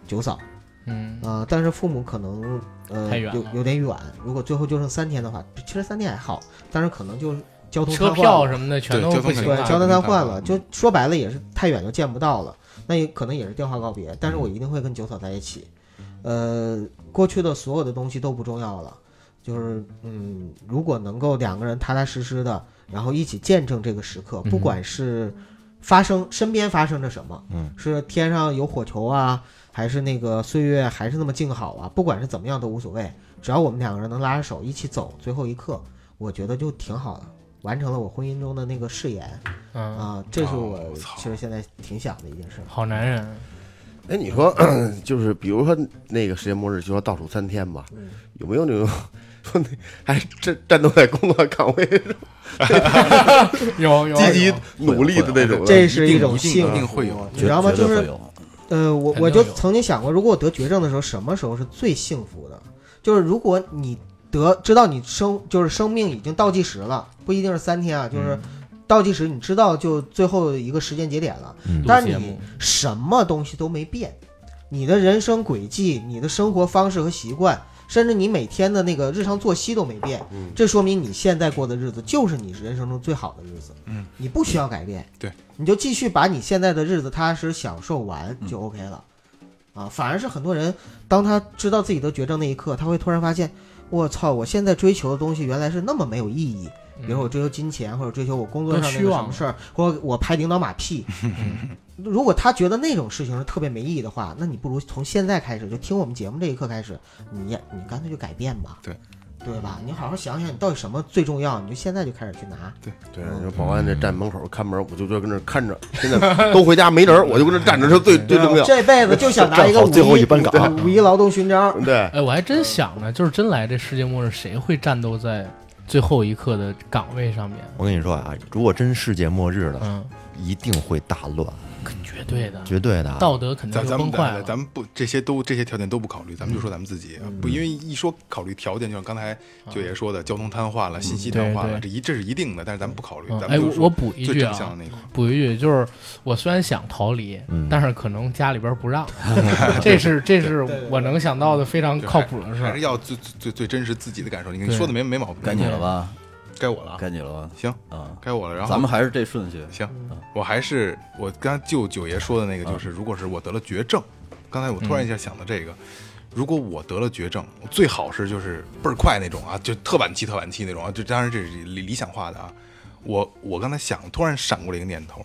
Speaker 4: 九嫂
Speaker 3: 嗯
Speaker 4: 啊、但是父母可能呃
Speaker 3: 太远
Speaker 4: 有
Speaker 3: 了
Speaker 4: 有点远，如果最后就剩三天的话，其实三天还好，但是可能就是交通
Speaker 3: 车
Speaker 4: 瘫痪了
Speaker 3: 票什么的全
Speaker 5: 对
Speaker 3: 都
Speaker 5: 交
Speaker 3: 不
Speaker 5: 通
Speaker 3: 行
Speaker 4: 对
Speaker 5: 肯定，
Speaker 4: 交通
Speaker 3: 了。
Speaker 5: 交通
Speaker 4: 瘫
Speaker 5: 瘫
Speaker 4: 痪
Speaker 5: 痪
Speaker 4: 了，
Speaker 5: 了
Speaker 4: 就说白了也是太远就见不到了，那也可能也是电话告别，但是我一定会跟九嫂在一起。呃，过去的所有的东西都不重要了，就是嗯，如果能够两个人踏踏实实的，然后一起见证这个时刻，
Speaker 3: 嗯
Speaker 4: 不管是发生身边发生着什么，
Speaker 8: 嗯，
Speaker 4: 是天上有火球啊，还是那个岁月还是那么静好啊，不管是怎么样都无所谓，只要我们两个人能拉着手一起走最后一刻，我觉得就挺好的，完成了我婚姻中的那个誓言。
Speaker 3: 嗯，
Speaker 4: 啊，这是我
Speaker 5: 哦我操
Speaker 4: 其实现在挺想的一件事儿。
Speaker 3: 好男人，
Speaker 6: 哎，你说 就是比如说那个世界末日，就说倒数三天吧，
Speaker 4: 嗯
Speaker 6: 有没有那种说那还战战斗在工作岗位 上
Speaker 3: 有有
Speaker 8: 哎
Speaker 6: 积极
Speaker 8: 啊
Speaker 3: 有
Speaker 6: 努力的那种的？啊
Speaker 4: 这是一种
Speaker 5: 一定
Speaker 4: 幸
Speaker 5: 一定
Speaker 4: 福
Speaker 5: 会有
Speaker 4: 你知道吗？
Speaker 7: 绝
Speaker 4: 就
Speaker 7: 对会
Speaker 4: 是
Speaker 7: 有
Speaker 4: 呃，我
Speaker 3: 肯定
Speaker 4: 我就
Speaker 3: 有
Speaker 4: 曾经想过，如果我得绝症的时候，什么时候是最幸福的？就是如果你得知道你生就是生命已经倒计时了，不一定是三天啊，就是倒计时，你知道就最后一个时间节点了，
Speaker 8: 嗯
Speaker 4: 但
Speaker 3: 录节
Speaker 4: 你
Speaker 3: 目
Speaker 4: 什么东西都没变，你的人生轨迹、你的生活方式和习惯，甚至你每天的那个日常作息都没变，
Speaker 6: 嗯
Speaker 4: 这说明你现在过的日子就是你人生中最好的日子。
Speaker 5: 嗯，
Speaker 4: 你不需要改变，
Speaker 5: 对，
Speaker 4: 你就继续把你现在的日子踏实享受完
Speaker 5: 嗯
Speaker 4: 就 OK 了。啊，反而是很多人，当他知道自己得绝症那一刻，他会突然发现，我操，我现在追求的东西原来是那么没有意义。
Speaker 5: 嗯
Speaker 4: 比如我追求金钱，或者追求我工作上
Speaker 3: 嗯更
Speaker 4: 那
Speaker 3: 虚
Speaker 4: 个
Speaker 3: 妄嗯
Speaker 4: 什么事儿，或者我拍领导马屁。 如果他觉得那种事情是特别没意义的话，那你不如从现在开始，就听我们节目这一刻开始，你也你干脆就改变吧。
Speaker 5: 对。
Speaker 4: 对吧？你好好想想，你到底什么最重要？你就现在就开始去拿。
Speaker 6: 对，
Speaker 3: 嗯
Speaker 6: 你说保安这站门口看门，我就就跟那儿看着，现在都回家没人儿，我就跟那儿站着是最最重要。
Speaker 4: 这辈子就想拿一个
Speaker 8: 站好
Speaker 4: 五
Speaker 8: 最后
Speaker 4: 一
Speaker 8: 一班岗
Speaker 4: 五一劳动勋章。
Speaker 6: 对，
Speaker 3: 哎，我还真想
Speaker 5: 嗯
Speaker 3: 呢，就是真来这世界末日，谁会战斗在最后一刻的岗位上面？
Speaker 8: 我跟你说啊，如果真世界末日了，
Speaker 3: 嗯，
Speaker 8: 一定会大乱，
Speaker 3: 绝对的，
Speaker 8: 绝对的。啊
Speaker 3: 道德肯定
Speaker 5: 咱
Speaker 3: 就
Speaker 5: 咱们
Speaker 3: 崩坏
Speaker 5: 咱
Speaker 3: 了。嗯
Speaker 5: 咱们不这些都这些条件都不考虑，咱们就说咱们自己啊不，因为一说考虑条件，就像刚才九爷说的，交通瘫痪了，信息瘫痪了，
Speaker 3: 啊嗯对对
Speaker 5: 这一这是一定的，但是咱们不考虑，
Speaker 3: 嗯
Speaker 5: 咱
Speaker 3: 哎，
Speaker 5: 们就
Speaker 3: 我
Speaker 5: 说
Speaker 3: 我补一
Speaker 5: 最
Speaker 3: 句
Speaker 5: 正
Speaker 3: 啊
Speaker 5: 向，的那一块儿。
Speaker 3: 补一句，就是我虽然想逃离，
Speaker 8: 嗯
Speaker 3: 但是可能家里边不让，这是这是我能想到的非常
Speaker 5: 对
Speaker 3: 靠
Speaker 5: 还
Speaker 3: 谱的事
Speaker 5: 还
Speaker 3: 儿
Speaker 5: 是。要最最最最真实自己的感受。你你
Speaker 3: 对
Speaker 5: 说的没没毛病，
Speaker 7: 该你了吧？
Speaker 5: 该我了
Speaker 6: 嗯
Speaker 5: 啊，
Speaker 7: 该你了吧？
Speaker 5: 行，
Speaker 7: 啊，
Speaker 5: 该我了。然后
Speaker 7: 咱们还是这顺序。
Speaker 5: 行，
Speaker 4: 嗯
Speaker 5: 我还是我刚才就九爷说的那个，就是如果是我得了绝症，刚才我突然一下想到
Speaker 4: 嗯
Speaker 5: 这个，如果我得了绝症，我最好是就是倍儿快那种啊，就特晚期特晚期那种啊，就当然这是理理想化的啊。我我刚才想，突然闪过了一个念头，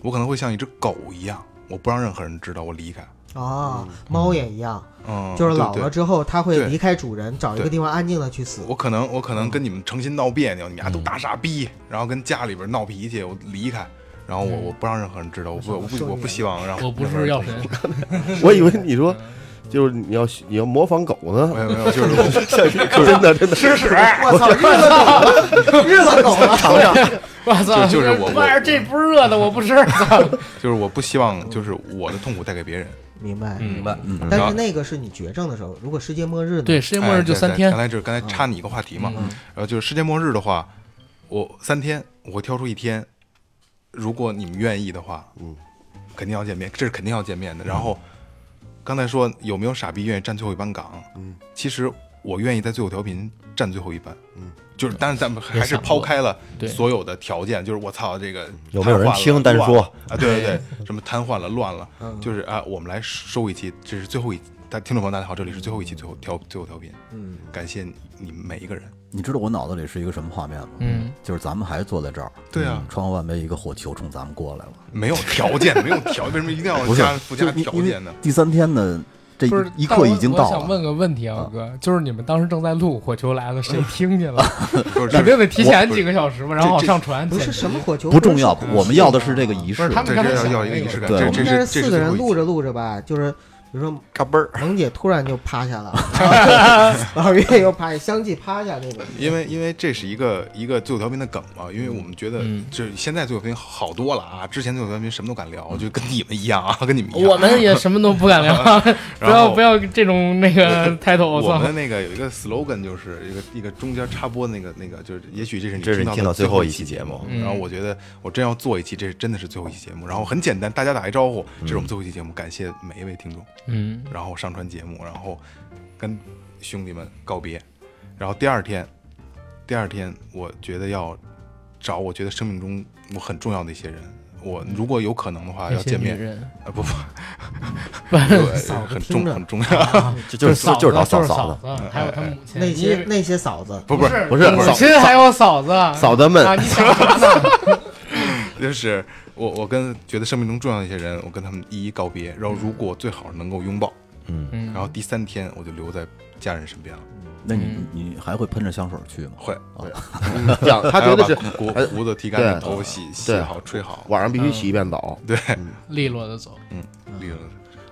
Speaker 5: 我可能会像一只狗一样，我不让任何人知道我离开。
Speaker 4: 啊，猫也一样，
Speaker 5: 嗯，
Speaker 4: 就是
Speaker 5: 对
Speaker 4: 老
Speaker 5: 对
Speaker 4: 了之后，它会
Speaker 5: 对
Speaker 4: 离开主人，找一个
Speaker 5: 对
Speaker 4: 地方安静的去死。
Speaker 5: 我可能我
Speaker 4: 嗯
Speaker 5: 可能跟你们成心闹别扭，你们俩都大傻逼，然后跟家里边闹脾气，我离开，然后
Speaker 4: 嗯
Speaker 5: 我我不让任何人知道，我不我不我不希望让
Speaker 3: 我不
Speaker 5: 任何
Speaker 3: 是
Speaker 5: 人
Speaker 3: 药
Speaker 5: 知道
Speaker 3: 神，
Speaker 6: 我以为你说就是你要你要模仿狗
Speaker 5: 没
Speaker 8: 哎
Speaker 6: 呢，
Speaker 5: 有没有，就是我
Speaker 6: 真的真的
Speaker 5: 吃屎，
Speaker 4: 我操，日子狗了，日子狗了，
Speaker 6: 尝尝，
Speaker 3: 我 操，
Speaker 5: 就就是我
Speaker 3: 这玩意儿哎这不是热的，我不吃。操
Speaker 5: 就是我不希望就是我的痛苦带给别人。
Speaker 4: 明白。
Speaker 3: 嗯
Speaker 5: 明白，
Speaker 4: 但是那个是你绝症的时候，如果世界末日呢？
Speaker 3: 对，世界末日就
Speaker 5: 哎
Speaker 3: 三
Speaker 5: 对
Speaker 3: 天嗯
Speaker 5: 刚。才就是刚才插你一个话题嘛，然后就是世界末日的话，我三天我挑出一天，如果你们愿意的话，嗯，肯定要见面，这是肯定要见面的。然后刚才说有没有傻逼愿意站最后一班岗？嗯，其实我愿意在最后调频站最后一班。嗯。就是，但是咱们还是
Speaker 3: 想过
Speaker 5: 抛开了
Speaker 3: 对
Speaker 5: 所有的条件，就是我操，这个
Speaker 8: 有没有人
Speaker 5: 瘫痪了
Speaker 8: 听单
Speaker 5: 乱
Speaker 8: 说
Speaker 5: 了啊？对对对，什么瘫痪了、乱了，就是啊，我们来收一期，这是最后一，大听众朋友大家好，这里是最后一期，最后调最后调频，
Speaker 4: 嗯，
Speaker 5: 感谢你们每一个人。
Speaker 7: 你知道我脑子里是一个什么画面吗？
Speaker 3: 嗯，
Speaker 7: 就是咱们还坐在这儿，
Speaker 5: 对啊
Speaker 7: 嗯窗户外面一个火球冲咱们过来了，
Speaker 5: 没有条件，没有条，为什么一定要
Speaker 7: 不是
Speaker 5: 加附加条件呢？
Speaker 7: 第三天的这一
Speaker 3: 不是
Speaker 7: 一
Speaker 3: 但我
Speaker 7: 刻已经
Speaker 3: 我
Speaker 7: 到
Speaker 3: 想
Speaker 7: 了，
Speaker 3: 问个问题啊，哥，就是你们当时正在录，火球来了，谁听见了？
Speaker 5: 不是
Speaker 3: 肯定得提前几
Speaker 5: 个，
Speaker 3: 个小时嘛，然后好
Speaker 5: 这
Speaker 3: 上传。
Speaker 4: 不
Speaker 3: 剪
Speaker 4: 是
Speaker 3: 辑
Speaker 4: 什么火球，
Speaker 7: 不重要
Speaker 4: 不是，
Speaker 7: 我们要的是这个仪
Speaker 3: 不
Speaker 7: 式
Speaker 3: 是他
Speaker 7: 感。
Speaker 3: 们刚
Speaker 5: 对，
Speaker 3: 才
Speaker 5: 这要
Speaker 3: 想
Speaker 5: 要
Speaker 3: 的
Speaker 5: 一个
Speaker 3: 那
Speaker 5: 仪
Speaker 3: 个
Speaker 5: 式感，
Speaker 7: 对
Speaker 5: 这
Speaker 7: 我
Speaker 5: 这
Speaker 4: 应该
Speaker 5: 是
Speaker 4: 是
Speaker 5: 这
Speaker 4: 四个人录
Speaker 5: 着，
Speaker 4: 着录着吧，就是比如说
Speaker 8: 嘎嘣儿，
Speaker 4: 萌姐突然就趴 下了，老岳又趴下，相继趴下那种。
Speaker 5: 因为因为这是一个一个最后调频的梗嘛，因为我们觉得
Speaker 3: 嗯
Speaker 5: 就是现在最后调频好多了啊，之前最后调频什么都敢聊，就跟你们一样啊，跟你们一样。
Speaker 3: 我们也什么都不敢 聊，不
Speaker 5: 然
Speaker 3: 要
Speaker 5: 后
Speaker 3: 不要这种那个 title，我操
Speaker 5: 我们！那个有一个 slogan，就是一个一个中间插播那个那个，就是也许这是你
Speaker 8: 这是你
Speaker 5: 听
Speaker 8: 听
Speaker 5: 到
Speaker 8: 到
Speaker 5: 的
Speaker 8: 最
Speaker 5: 最
Speaker 8: 后
Speaker 5: 一
Speaker 8: 一期节
Speaker 5: 目
Speaker 8: 目。
Speaker 3: 嗯
Speaker 5: 然后我觉得我真要做一期，这是真的是最后一期节目。然后很简单，大家打一招呼，这是我们最后一期节目，感谢每一位听众。
Speaker 3: 嗯，
Speaker 5: 然后上传节目，然后跟兄弟们告别。然后第二天，第二天我觉得要找我觉得生命中我很重要的一些人，我如果有可能的话要
Speaker 3: 那些
Speaker 5: 见
Speaker 3: 女
Speaker 5: 面。
Speaker 3: 人，
Speaker 5: 啊不不，
Speaker 3: 不是
Speaker 5: 对
Speaker 4: 嫂子
Speaker 5: 很
Speaker 4: 听
Speaker 5: 重
Speaker 4: 着
Speaker 5: 很重要。
Speaker 8: 就就是
Speaker 3: 嫂子
Speaker 8: 就是找
Speaker 3: 嫂
Speaker 8: 嫂
Speaker 3: 嫂
Speaker 8: 嫂
Speaker 3: 子，还有他母亲，
Speaker 4: 那些
Speaker 3: 你
Speaker 4: 那些嫂子，
Speaker 5: 不不是，
Speaker 3: 是
Speaker 6: 不是
Speaker 3: 母
Speaker 6: 嫂
Speaker 3: 亲还有嫂子，
Speaker 6: 嫂子们
Speaker 8: 哎
Speaker 3: 啊，你想什么呢？
Speaker 5: 就是我我跟觉得生命中重要的一些人，我跟他们一一告别。然后如果最好能够拥抱，
Speaker 8: 嗯，
Speaker 5: 然后第三天我就留在家人身边了。
Speaker 7: 那你
Speaker 3: 嗯
Speaker 7: 你还会喷着香水去吗？
Speaker 5: 会，
Speaker 6: 讲他觉得是
Speaker 5: 还要把胡
Speaker 6: 哎
Speaker 5: 胡子剃干净，
Speaker 6: 对
Speaker 5: 头发洗洗
Speaker 6: 对
Speaker 5: 好吹好，
Speaker 6: 晚上必须洗一遍澡，
Speaker 5: 对，
Speaker 3: 利落的走，
Speaker 5: 利润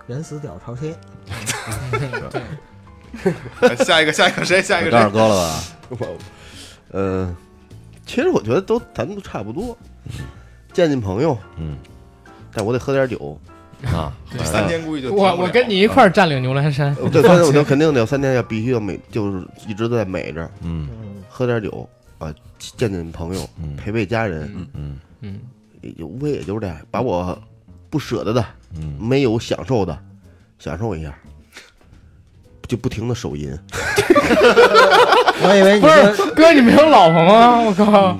Speaker 4: 人死屌朝天，
Speaker 5: 哎下一个，下一个谁？下一个
Speaker 7: 盖二
Speaker 5: 谁？
Speaker 7: 哥了吧？
Speaker 6: 我，呃，其实我觉得都咱们都差不多，见见朋友，
Speaker 8: 嗯，
Speaker 6: 但我得喝点酒，
Speaker 8: 啊，
Speaker 5: 第三天估计就
Speaker 3: 我我跟你一块儿占领牛栏山，
Speaker 8: 嗯
Speaker 6: 呃对，但是我就肯定得有三天要必须要美，就是一直都在美着，
Speaker 8: 嗯
Speaker 6: 喝点酒啊，见见朋友，
Speaker 8: 嗯
Speaker 6: 陪陪家人，
Speaker 8: 嗯
Speaker 3: 嗯，
Speaker 6: 也就无非也就是这样，把我不舍得的、
Speaker 8: 嗯，
Speaker 6: 没有享受的，享受一下。就不停的手淫，
Speaker 4: 我以为你
Speaker 3: 不
Speaker 4: 说
Speaker 3: 是哥，你没有老婆吗？我靠，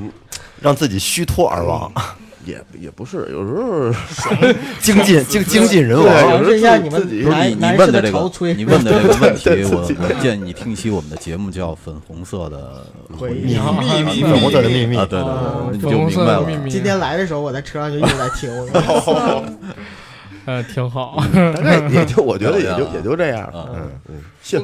Speaker 8: 让自己虚脱而亡，
Speaker 6: 也也不是，有时候
Speaker 8: 精进精精进人
Speaker 6: 对
Speaker 8: 亡。
Speaker 6: 有时候
Speaker 4: 这下
Speaker 6: 自
Speaker 4: 你们
Speaker 6: 自己
Speaker 7: 不是
Speaker 4: 男
Speaker 7: 你
Speaker 4: 男
Speaker 7: 你
Speaker 4: 士
Speaker 7: 问
Speaker 4: 的
Speaker 7: 的这
Speaker 4: 潮
Speaker 7: 个，
Speaker 4: 吹
Speaker 7: 你问的这个问题
Speaker 6: 对，
Speaker 7: 我
Speaker 6: 自己
Speaker 7: 我建议你听一期我们的节目叫《粉红色的 回忆》
Speaker 4: 啊
Speaker 5: 秘密
Speaker 8: 粉红色的秘密
Speaker 7: 啊，对对
Speaker 4: 啊
Speaker 7: 对，你
Speaker 3: 粉
Speaker 7: 就
Speaker 3: 红
Speaker 7: 明
Speaker 3: 色
Speaker 7: 白
Speaker 3: 的秘
Speaker 7: 了。
Speaker 3: 密，
Speaker 4: 今天来的时候，我在车上就一直在听。
Speaker 6: 哦
Speaker 3: 呃挺好，
Speaker 6: 大概 也就我觉得也
Speaker 7: 表
Speaker 6: 就
Speaker 7: 扬
Speaker 6: 也就这样，
Speaker 7: 啊
Speaker 6: 嗯嗯，性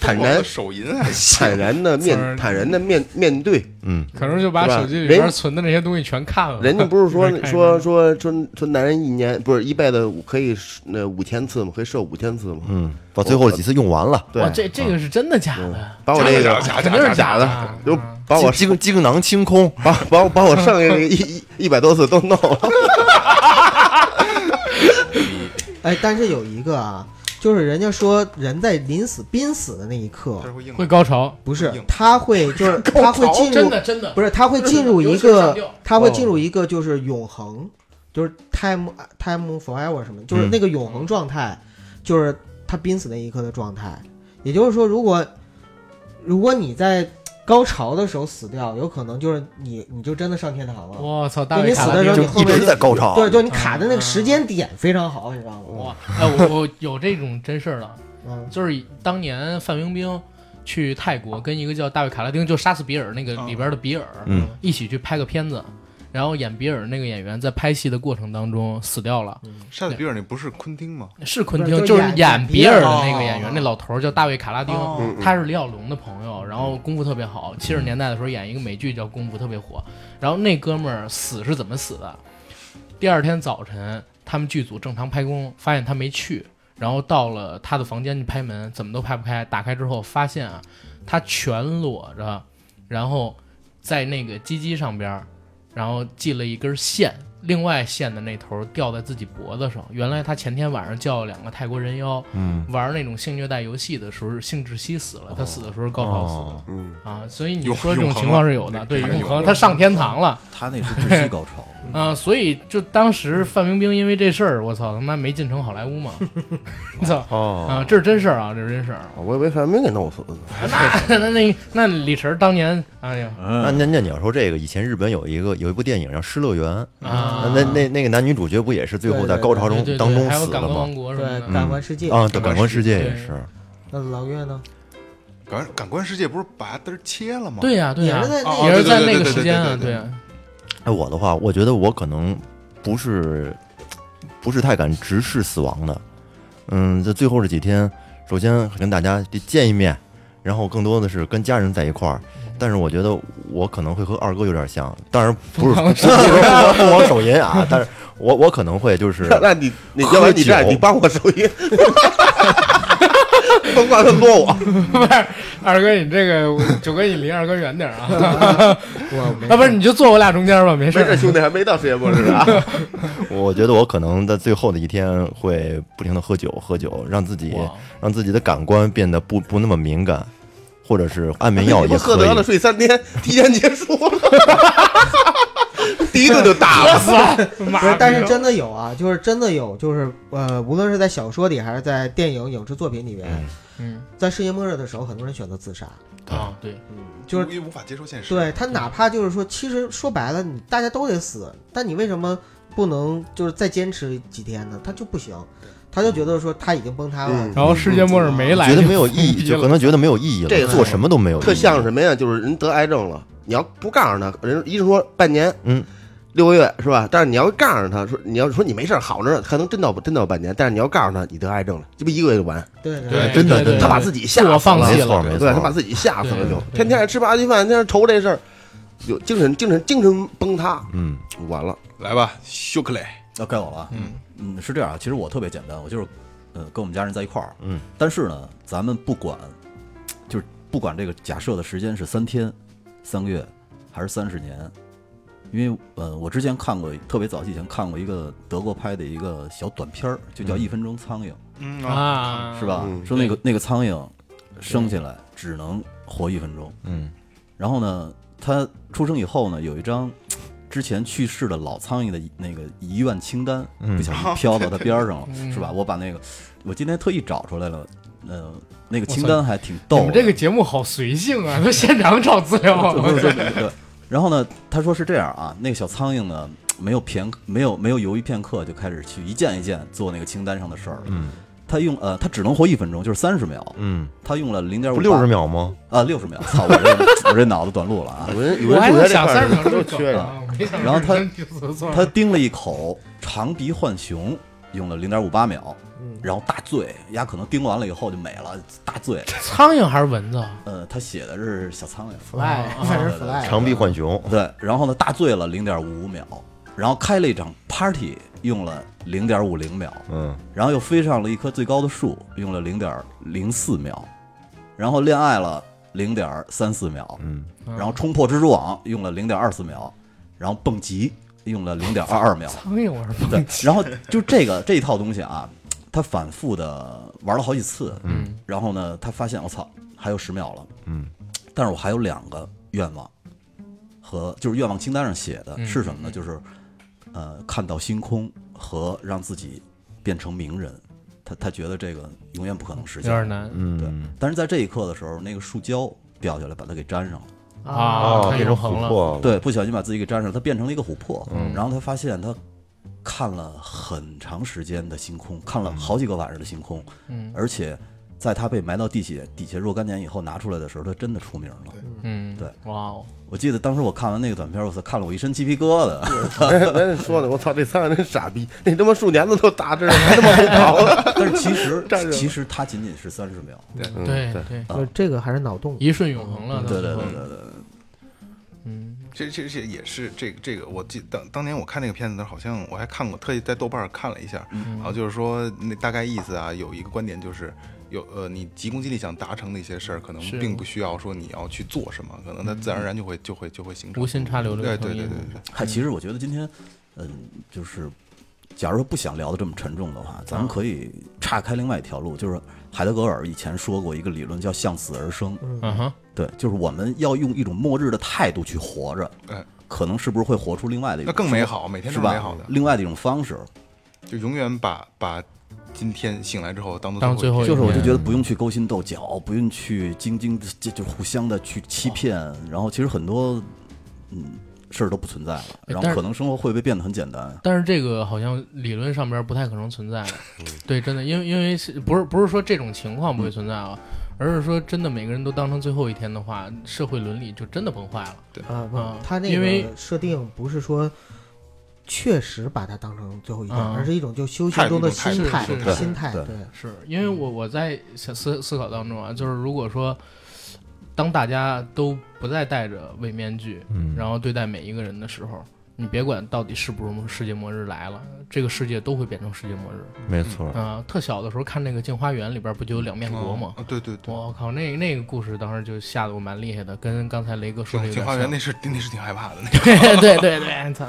Speaker 6: 坦
Speaker 5: 坦然
Speaker 6: 然
Speaker 5: 手淫还行，
Speaker 6: 坦然的
Speaker 3: 词儿
Speaker 6: 面坦然的面面对，
Speaker 8: 嗯，
Speaker 3: 可能就把
Speaker 6: 是吧
Speaker 3: 手机里边
Speaker 6: 人
Speaker 3: 存的那些东西全看了。
Speaker 6: 人家不 是说
Speaker 3: 你看一看
Speaker 6: 说说说说男人一年不是一辈子可以那五千次吗？可以射五千次吗？
Speaker 8: 嗯，把最后几次用完了，
Speaker 6: 对
Speaker 3: 哇，，这这个是真的假的？
Speaker 6: 把我这个
Speaker 5: 假
Speaker 3: 肯定是
Speaker 6: 假
Speaker 3: 的
Speaker 6: 的，就把我
Speaker 8: 精精囊清空，
Speaker 6: 把把我把我剩下的一一一百多次都弄了，
Speaker 4: 哎，但是有一个啊，就是人家说人在临死濒死的那一刻，
Speaker 5: 会硬
Speaker 3: 会高潮，
Speaker 4: 不是他会就是他会进
Speaker 3: 真
Speaker 4: 入
Speaker 3: 的真的
Speaker 4: 不是他哦会进入一个他会进入一个就是永恒，就是 time time forever 什么，
Speaker 8: 嗯
Speaker 4: 就是那个永恒状态，就是他濒死那一刻的状态。也就是说，如果如果你在高潮的时候死掉，有可能就是你你就真的上天堂了。
Speaker 3: 我操，大卫
Speaker 4: 你
Speaker 3: 卡
Speaker 4: 死
Speaker 3: 拉
Speaker 4: 的时候
Speaker 8: 就
Speaker 3: 丁
Speaker 4: 你后
Speaker 8: 一
Speaker 4: 面
Speaker 8: 直在高潮。
Speaker 4: 对，就是你卡的那个时间点非常好，你知道吗？
Speaker 3: 哇，哎，我我有这种真事儿了，
Speaker 4: 嗯，
Speaker 3: 就是当年范冰冰去泰国跟一个叫大卫卡拉丁，就杀死比尔那个里边的比尔，
Speaker 8: 嗯，
Speaker 3: 一起去拍个片子。然后演比尔那个演员在拍戏的过程当中死掉了，
Speaker 5: 杀死比尔那不是昆汀吗？
Speaker 3: 是昆
Speaker 4: 不
Speaker 3: 汀，
Speaker 4: 是就
Speaker 3: 就
Speaker 4: 是是
Speaker 3: 演
Speaker 4: 演
Speaker 3: 比
Speaker 4: 比
Speaker 3: 尔
Speaker 4: 尔
Speaker 3: 的
Speaker 4: 的
Speaker 3: 那个
Speaker 4: 哦
Speaker 3: 演员，那老头儿叫大卫卡拉丁，
Speaker 5: 哦
Speaker 6: 嗯
Speaker 3: 他是李小龙的朋友，然后功夫特别好。七十年代的时候演一个美剧叫《功夫》，特别火。然后那哥们儿死是怎么死的？第二天早晨，他们剧组正常拍工，发现他没去，然后到了他的房间去拍门，怎么都拍不开。打开之后发现啊，他全裸着，然后在那个鸡鸡上边儿，然后系了一根线，另外线的那头吊在自己脖子上。原来他前天晚上叫了两个泰国人妖
Speaker 8: 嗯，
Speaker 3: 玩那种性虐待游戏的时候，性窒息死了。他死的时候高潮死的。
Speaker 8: 哦，
Speaker 6: 嗯，
Speaker 3: 啊，所以你
Speaker 5: 永
Speaker 3: 说这种
Speaker 5: 永恒
Speaker 3: 情况
Speaker 5: 了
Speaker 3: 是有的，对，
Speaker 5: 太
Speaker 3: 永
Speaker 5: 有
Speaker 3: 恒，
Speaker 5: 了
Speaker 3: 他上天堂了，
Speaker 7: 他那是窒息高 潮，
Speaker 3: 啊、所以就当时范冰冰因为这事儿，我操他妈没进城好莱坞嘛， 操啊、
Speaker 6: 哦，
Speaker 3: 这是真事儿啊，这是真事儿啊。
Speaker 6: 我以为范冰给弄死了呢。
Speaker 3: 那 那那那李晨当年，哎呀
Speaker 8: 那
Speaker 7: 嗯，
Speaker 8: 那那你要说这个，以前日本有一个有一部电影叫《失乐园》，
Speaker 3: 啊，
Speaker 8: 那那那个男女主角不也是最后在
Speaker 4: 哦
Speaker 8: 高潮
Speaker 3: 对
Speaker 8: 中
Speaker 3: 对对
Speaker 8: 当中
Speaker 3: 还有
Speaker 8: 死
Speaker 3: 感
Speaker 8: 了
Speaker 3: 官
Speaker 8: 吗
Speaker 3: 王？国什么
Speaker 4: 对，
Speaker 3: 的，
Speaker 4: 感官世界
Speaker 8: 啊，对，感官世界
Speaker 3: 对
Speaker 8: 也是，
Speaker 4: 那老岳呢？
Speaker 5: 感感官世界不是把嘚儿切了吗？
Speaker 3: 对呀、对
Speaker 4: 也
Speaker 3: 呀、
Speaker 4: 是在那
Speaker 5: 哦
Speaker 3: 也
Speaker 4: 个
Speaker 3: 是在
Speaker 5: 对对
Speaker 3: 那
Speaker 5: 对
Speaker 3: 个
Speaker 5: 对
Speaker 3: 时
Speaker 5: 对
Speaker 3: 间啊，
Speaker 5: 对对
Speaker 3: 对
Speaker 5: 对
Speaker 3: 啊，
Speaker 8: 哎，我的话，我觉得我可能不是不是太敢直视死亡的。嗯，在最后这几天，首先跟大家见一面，然后更多的是跟家人在一块儿。但是我觉得我可能会和二哥有点像，当然不是不是说不光手淫啊，但是我我可能会就是
Speaker 6: 那那你你
Speaker 8: 喝
Speaker 6: 要不然你这样，
Speaker 8: 酒
Speaker 6: 你帮我收音，甭管他落我。
Speaker 3: 二哥你这个我九哥你离二哥远点儿啊，
Speaker 4: 我没
Speaker 5: 啊
Speaker 3: 要不然你就坐我俩中间吧，没事
Speaker 6: 没事，
Speaker 3: 儿。
Speaker 6: 兄弟还没到世界末日啊。
Speaker 8: 我觉得我可能在最后的一天会不停的喝酒喝酒，让自己
Speaker 3: 哇
Speaker 8: 让自己的感官变得不不那么敏感，或者是安眠药
Speaker 6: 你
Speaker 8: 也
Speaker 6: 不喝
Speaker 8: 可
Speaker 6: 得了，
Speaker 8: 以。
Speaker 6: 睡三天， 提前结束了。 第一顿就打了，
Speaker 3: 妈
Speaker 4: 不是，但是
Speaker 3: 逼
Speaker 4: 真的有啊，就是真的有，就是呃，无论是在小说里还是在电影影视作品里面，
Speaker 3: 嗯
Speaker 4: 在世界末日的时候，很多人选择自杀，
Speaker 3: 啊对，
Speaker 4: 就是
Speaker 5: 因为无法接受现实。
Speaker 4: 对他，哪怕就是说，其实说白了，你大家都得死，但你为什么不能就是再坚持几天呢？他就不行，他就觉得说他已经崩塌了
Speaker 6: 嗯。
Speaker 3: 然后世界末日没来，
Speaker 8: 觉得没有意义，
Speaker 3: 逼
Speaker 8: 就
Speaker 3: 了
Speaker 8: 可能觉得没有意义
Speaker 6: 这
Speaker 8: 了，
Speaker 6: 个
Speaker 8: 做什么都没有意义。
Speaker 6: 特像什么呀？就是人得癌症了，你要不告诉他，人医生说半年，
Speaker 8: 嗯，
Speaker 6: 六个月是吧？但是你要告诉他说，你要说你没事儿好着呢，可能真到真到半年，但是你要告诉他你得癌症了，这不一个月就完，
Speaker 4: 对对
Speaker 3: 对，
Speaker 8: 真的
Speaker 3: 对对
Speaker 8: 真的
Speaker 6: 他
Speaker 3: 对
Speaker 6: 把自己吓
Speaker 3: 自我
Speaker 6: 死
Speaker 3: 放
Speaker 6: 了
Speaker 3: 弃
Speaker 8: 没错
Speaker 3: 了
Speaker 8: 没错
Speaker 6: 对，他把自己吓死了
Speaker 3: 对
Speaker 6: 就，
Speaker 3: 对
Speaker 6: 天天还吃不下鸡饭，天天愁这事儿，有精神精神精神崩塌，
Speaker 8: 嗯，
Speaker 6: 完了，
Speaker 5: 来吧，休克雷，
Speaker 7: 要该我了啊。
Speaker 3: 嗯
Speaker 7: 嗯，是这样啊，其实我特别简单，我就是，呃，跟我们家人在一块儿。
Speaker 8: 嗯，
Speaker 7: 但是呢，咱们不管，就是不管这个假设的时间是三天、三个月，还是三十年，因为呃，我之前看过特别早期以前看过一个德国拍的一个小短片儿，就叫《一分钟苍蝇》，
Speaker 5: 嗯，
Speaker 3: 啊，
Speaker 7: 是吧？
Speaker 6: 嗯
Speaker 7: 说那个那个苍蝇生下来只能活一分钟，
Speaker 8: 嗯，
Speaker 7: 然后呢，他出生以后呢，有一张之前去世的老苍蝇的那个遗愿清单，
Speaker 8: 嗯
Speaker 7: 不小心飘到他边儿上了，
Speaker 3: 嗯
Speaker 7: 是吧？我把那个，我今天特意找出来了，呃，那个
Speaker 3: 操
Speaker 7: 清单还挺
Speaker 3: 你
Speaker 7: 逗
Speaker 3: 们
Speaker 7: 的。
Speaker 3: 这个节目好随性啊，都现场找资料 啊。
Speaker 7: 对对对对。然后呢，他说是这样啊，那个小苍蝇呢，没有片没有没有犹豫片刻，就开始去一件一件做那个清单上的事儿。
Speaker 8: 嗯，
Speaker 7: 他用呃，他只能活一分钟，就是三十秒。
Speaker 8: 嗯，
Speaker 7: 他用了零点五
Speaker 8: 不六十秒吗？
Speaker 7: 啊，六十秒。操，我 这我这脑子短路了啊！
Speaker 6: 有人有
Speaker 3: 我
Speaker 6: 人
Speaker 3: 还
Speaker 6: 数
Speaker 3: 能
Speaker 6: 学这
Speaker 3: 想
Speaker 6: 块
Speaker 3: 三
Speaker 6: 儿
Speaker 3: 十秒
Speaker 6: 都
Speaker 3: 钟
Speaker 6: 缺着。
Speaker 3: 着
Speaker 7: 然后他他
Speaker 3: 他
Speaker 7: 叮了一口长鼻浣熊，用了零点五八秒，然后大醉，丫可能叮完了以后就没了，大醉。
Speaker 3: 苍蝇还是蚊子啊？
Speaker 7: 呃，他写的是小苍蝇，
Speaker 4: ，fly，
Speaker 3: 啊
Speaker 4: 反正
Speaker 7: 对对
Speaker 4: fly，
Speaker 8: 长臂浣熊，
Speaker 7: 对，然后呢大醉了零点五五秒，然后开了一场 party 用了零点五零秒，
Speaker 8: 嗯，
Speaker 7: 然后又飞上了一棵最高的树，用了零点零四秒，然后恋爱了零点三四秒，
Speaker 8: 嗯，
Speaker 7: 然后冲破蜘蛛网用了零点二四秒，然后蹦极用了零点二二秒。
Speaker 3: 苍蝇我是
Speaker 7: 对， 然后就这个这一套东西啊，他反复的玩了好几次，
Speaker 3: 嗯，
Speaker 7: 然后呢，他发现我操，还有十秒了，
Speaker 8: 嗯，
Speaker 7: 但是我还有两个愿望和就是愿望清单上写的
Speaker 3: 嗯
Speaker 7: 是什么呢？就是呃，看到星空和让自己变成名人，他他觉得这个永远不可能实
Speaker 3: 有
Speaker 7: 现，
Speaker 3: 点难
Speaker 7: 对
Speaker 8: 嗯，。
Speaker 7: 但是在这一刻的时候，那个树胶掉下来把它给粘上了。
Speaker 4: 啊，
Speaker 3: 太
Speaker 8: 变
Speaker 3: 永
Speaker 8: 成
Speaker 3: 恒
Speaker 8: 琥
Speaker 3: 了。
Speaker 8: 珀了，
Speaker 7: 对，不小心把自己给粘上，他变成了一个琥珀。
Speaker 3: 嗯
Speaker 7: 然后他发现他看了很长时间的星空，看了好几个晚上的星空，
Speaker 3: 嗯
Speaker 7: 而且在他被埋到地下底下若干年以后拿出来的时候，他真的出名了。
Speaker 3: 嗯，
Speaker 7: 对，
Speaker 3: 哇哦，
Speaker 7: 我记得当时我看完那个短片，我操，看了我一身鸡皮疙 瘩。
Speaker 6: 人说呢，我操，这苍蝇真傻逼，那他妈树年子都打这儿，还 他妈不跑了。
Speaker 7: 但是其实
Speaker 6: 站着了
Speaker 7: 其实他仅仅是三十秒。
Speaker 6: 嗯
Speaker 3: 对对，
Speaker 4: 就是这个还是脑洞。
Speaker 6: 啊
Speaker 3: 一瞬永恒了。
Speaker 7: 嗯对对
Speaker 3: 到
Speaker 6: 嗯
Speaker 3: 最后
Speaker 7: 对对对，对
Speaker 3: 嗯，
Speaker 5: 这这这也是这个这个，我记当当年我看那个片子的时候，好像我还看过，特意在豆瓣儿看了一下，
Speaker 3: 嗯
Speaker 5: 然后就是说那大概意思啊，有一个观点就是。有呃，你急功近利想达成的一些事儿，可能
Speaker 3: 是
Speaker 5: 并不需要说你要去做什么，可能它自然而然就会就会就会形成
Speaker 3: 无心插柳柳
Speaker 5: 对
Speaker 3: 成
Speaker 5: 对对
Speaker 3: 荫
Speaker 5: 对对，
Speaker 7: 嗨，哎其实我觉得今天，嗯，就是，假如说不想聊得这么沉重的话，
Speaker 6: 嗯
Speaker 7: 咱们可以岔开另外一条路，就是海德格尔以前说过一个理论叫向死而生，
Speaker 3: 嗯哼，
Speaker 7: 对，就是我们要用一种末日的态度去活着，
Speaker 5: 哎，
Speaker 7: 可能是不是会活出另外的一
Speaker 5: 那
Speaker 7: 种
Speaker 5: 更美好，每天
Speaker 7: 是
Speaker 5: 都是
Speaker 7: 吧？
Speaker 5: 美好的，
Speaker 7: 另外的一种方式，
Speaker 5: 就永远把把今天醒来之后当做
Speaker 3: 当最后一
Speaker 7: 就是我就
Speaker 3: 天
Speaker 7: 觉得不用去勾心斗角，不用去斤斤就就互相的去欺骗，然后其实很多嗯事儿都不存在了，然
Speaker 3: 哎但
Speaker 7: 后
Speaker 3: 是
Speaker 7: 可能生活会不会变得很简单？
Speaker 3: 但是这个好像理论上边不太可能存在，
Speaker 7: 嗯
Speaker 3: 对，真的，因为因为是不是不是说这种情况不会存在啊，而是说真的每个人都当成最后一天的话，社会伦理就真的崩坏了。
Speaker 4: 啊，不
Speaker 3: 啊，
Speaker 4: 他那
Speaker 3: 因为
Speaker 4: 个设定不是说确实把它当成最后一天，
Speaker 3: 啊
Speaker 4: 而是一种就修
Speaker 5: 态
Speaker 4: 行中
Speaker 5: 度
Speaker 4: 的
Speaker 5: 一种态
Speaker 4: 心
Speaker 3: 度
Speaker 4: 态
Speaker 3: 是，
Speaker 7: 是
Speaker 4: 心态
Speaker 7: 对
Speaker 4: 对。
Speaker 3: 是因为
Speaker 8: 嗯
Speaker 3: 我我在想思思考当中啊，就是如果说当大家都不再戴着伪面具，
Speaker 8: 嗯
Speaker 3: 然后对待每一个人的时候，你别管到底是不是世界末日来了，这个世界都会变成世界末日。
Speaker 8: 没错
Speaker 3: 啊、，特小的时候看那个《镜花缘》里边不就有两面国吗？
Speaker 8: 哦
Speaker 5: 啊，对对对，
Speaker 3: 我靠，那那个故事当时就吓得我蛮厉害的，跟刚才雷哥说的有
Speaker 5: 警
Speaker 3: 点
Speaker 5: 花园
Speaker 3: 像。
Speaker 5: 那是那是挺害怕的，那
Speaker 3: 对 对对对，操，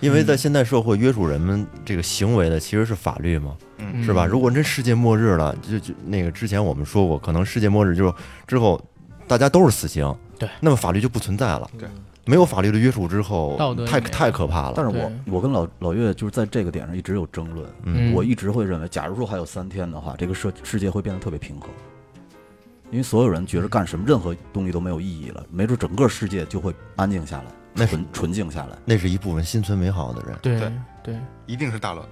Speaker 8: 因为在现代社会约束人们这个行为的其实是法律嘛，
Speaker 3: 嗯
Speaker 8: 是吧？如果真世界末日了，就就那个之前我们说过，可能世界末日就是之后大家都是死刑，
Speaker 3: 对，
Speaker 8: 那么法律就不存在了，
Speaker 5: 对，
Speaker 8: 没有法律的约束之后
Speaker 3: 道德，也
Speaker 8: 太
Speaker 3: 没有
Speaker 8: 太可怕了。
Speaker 7: 但是我我跟老老岳就是在这个点上一直有争论，
Speaker 3: 嗯
Speaker 7: 我一直会认为，假如说还有三天的话，这个世世界会变得特别平和，因为所有人觉得干什么任何东西都没有意义了，没准整个世界就会安静下
Speaker 8: 那
Speaker 7: 来，
Speaker 8: 是
Speaker 7: 纯纯净下来。
Speaker 8: 那是一部分心存美好的人，
Speaker 3: 对
Speaker 5: 对
Speaker 3: 对，
Speaker 5: 一定是大乱，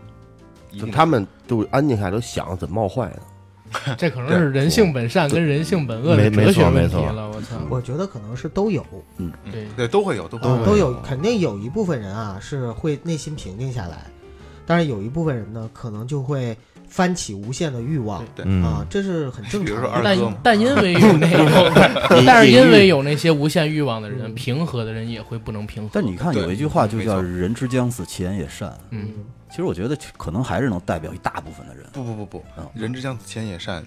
Speaker 5: 一
Speaker 6: 就
Speaker 5: 定
Speaker 6: 他们就安静下来，都想怎么冒坏呢？
Speaker 3: 这可能是人性本善跟人性本恶的
Speaker 8: 没没
Speaker 3: 哲学
Speaker 8: 错没
Speaker 3: 问题
Speaker 8: 错
Speaker 3: 了。我操，
Speaker 4: 我觉得可能是都有，
Speaker 5: 嗯
Speaker 3: 对
Speaker 5: 对都会有都会
Speaker 4: 啊
Speaker 5: 有
Speaker 4: 都有，肯定有一部分人啊是会内心平静下来，但是有一部分人呢，可能就会翻起无限的欲望
Speaker 5: 对
Speaker 4: 啊
Speaker 8: 嗯，，
Speaker 4: 这是很正
Speaker 5: 比如
Speaker 4: 常
Speaker 5: 说
Speaker 4: 的。
Speaker 5: 二
Speaker 3: 但
Speaker 5: 哥嘛
Speaker 3: 但因为 有那种，
Speaker 6: 你
Speaker 3: 但是
Speaker 6: 你
Speaker 3: 因为
Speaker 6: 你
Speaker 3: 有那些无限欲望的人，平和的人也会不能平和。
Speaker 7: 但你看
Speaker 5: 对
Speaker 7: 有一句话就叫
Speaker 5: 没
Speaker 7: “
Speaker 5: 错
Speaker 7: 人之将死，其言也善
Speaker 3: 嗯，”，
Speaker 7: 其实我觉得可能还是能代表一大部分的人。
Speaker 5: 不不不不
Speaker 7: 嗯，
Speaker 5: 人之将死，其言也善，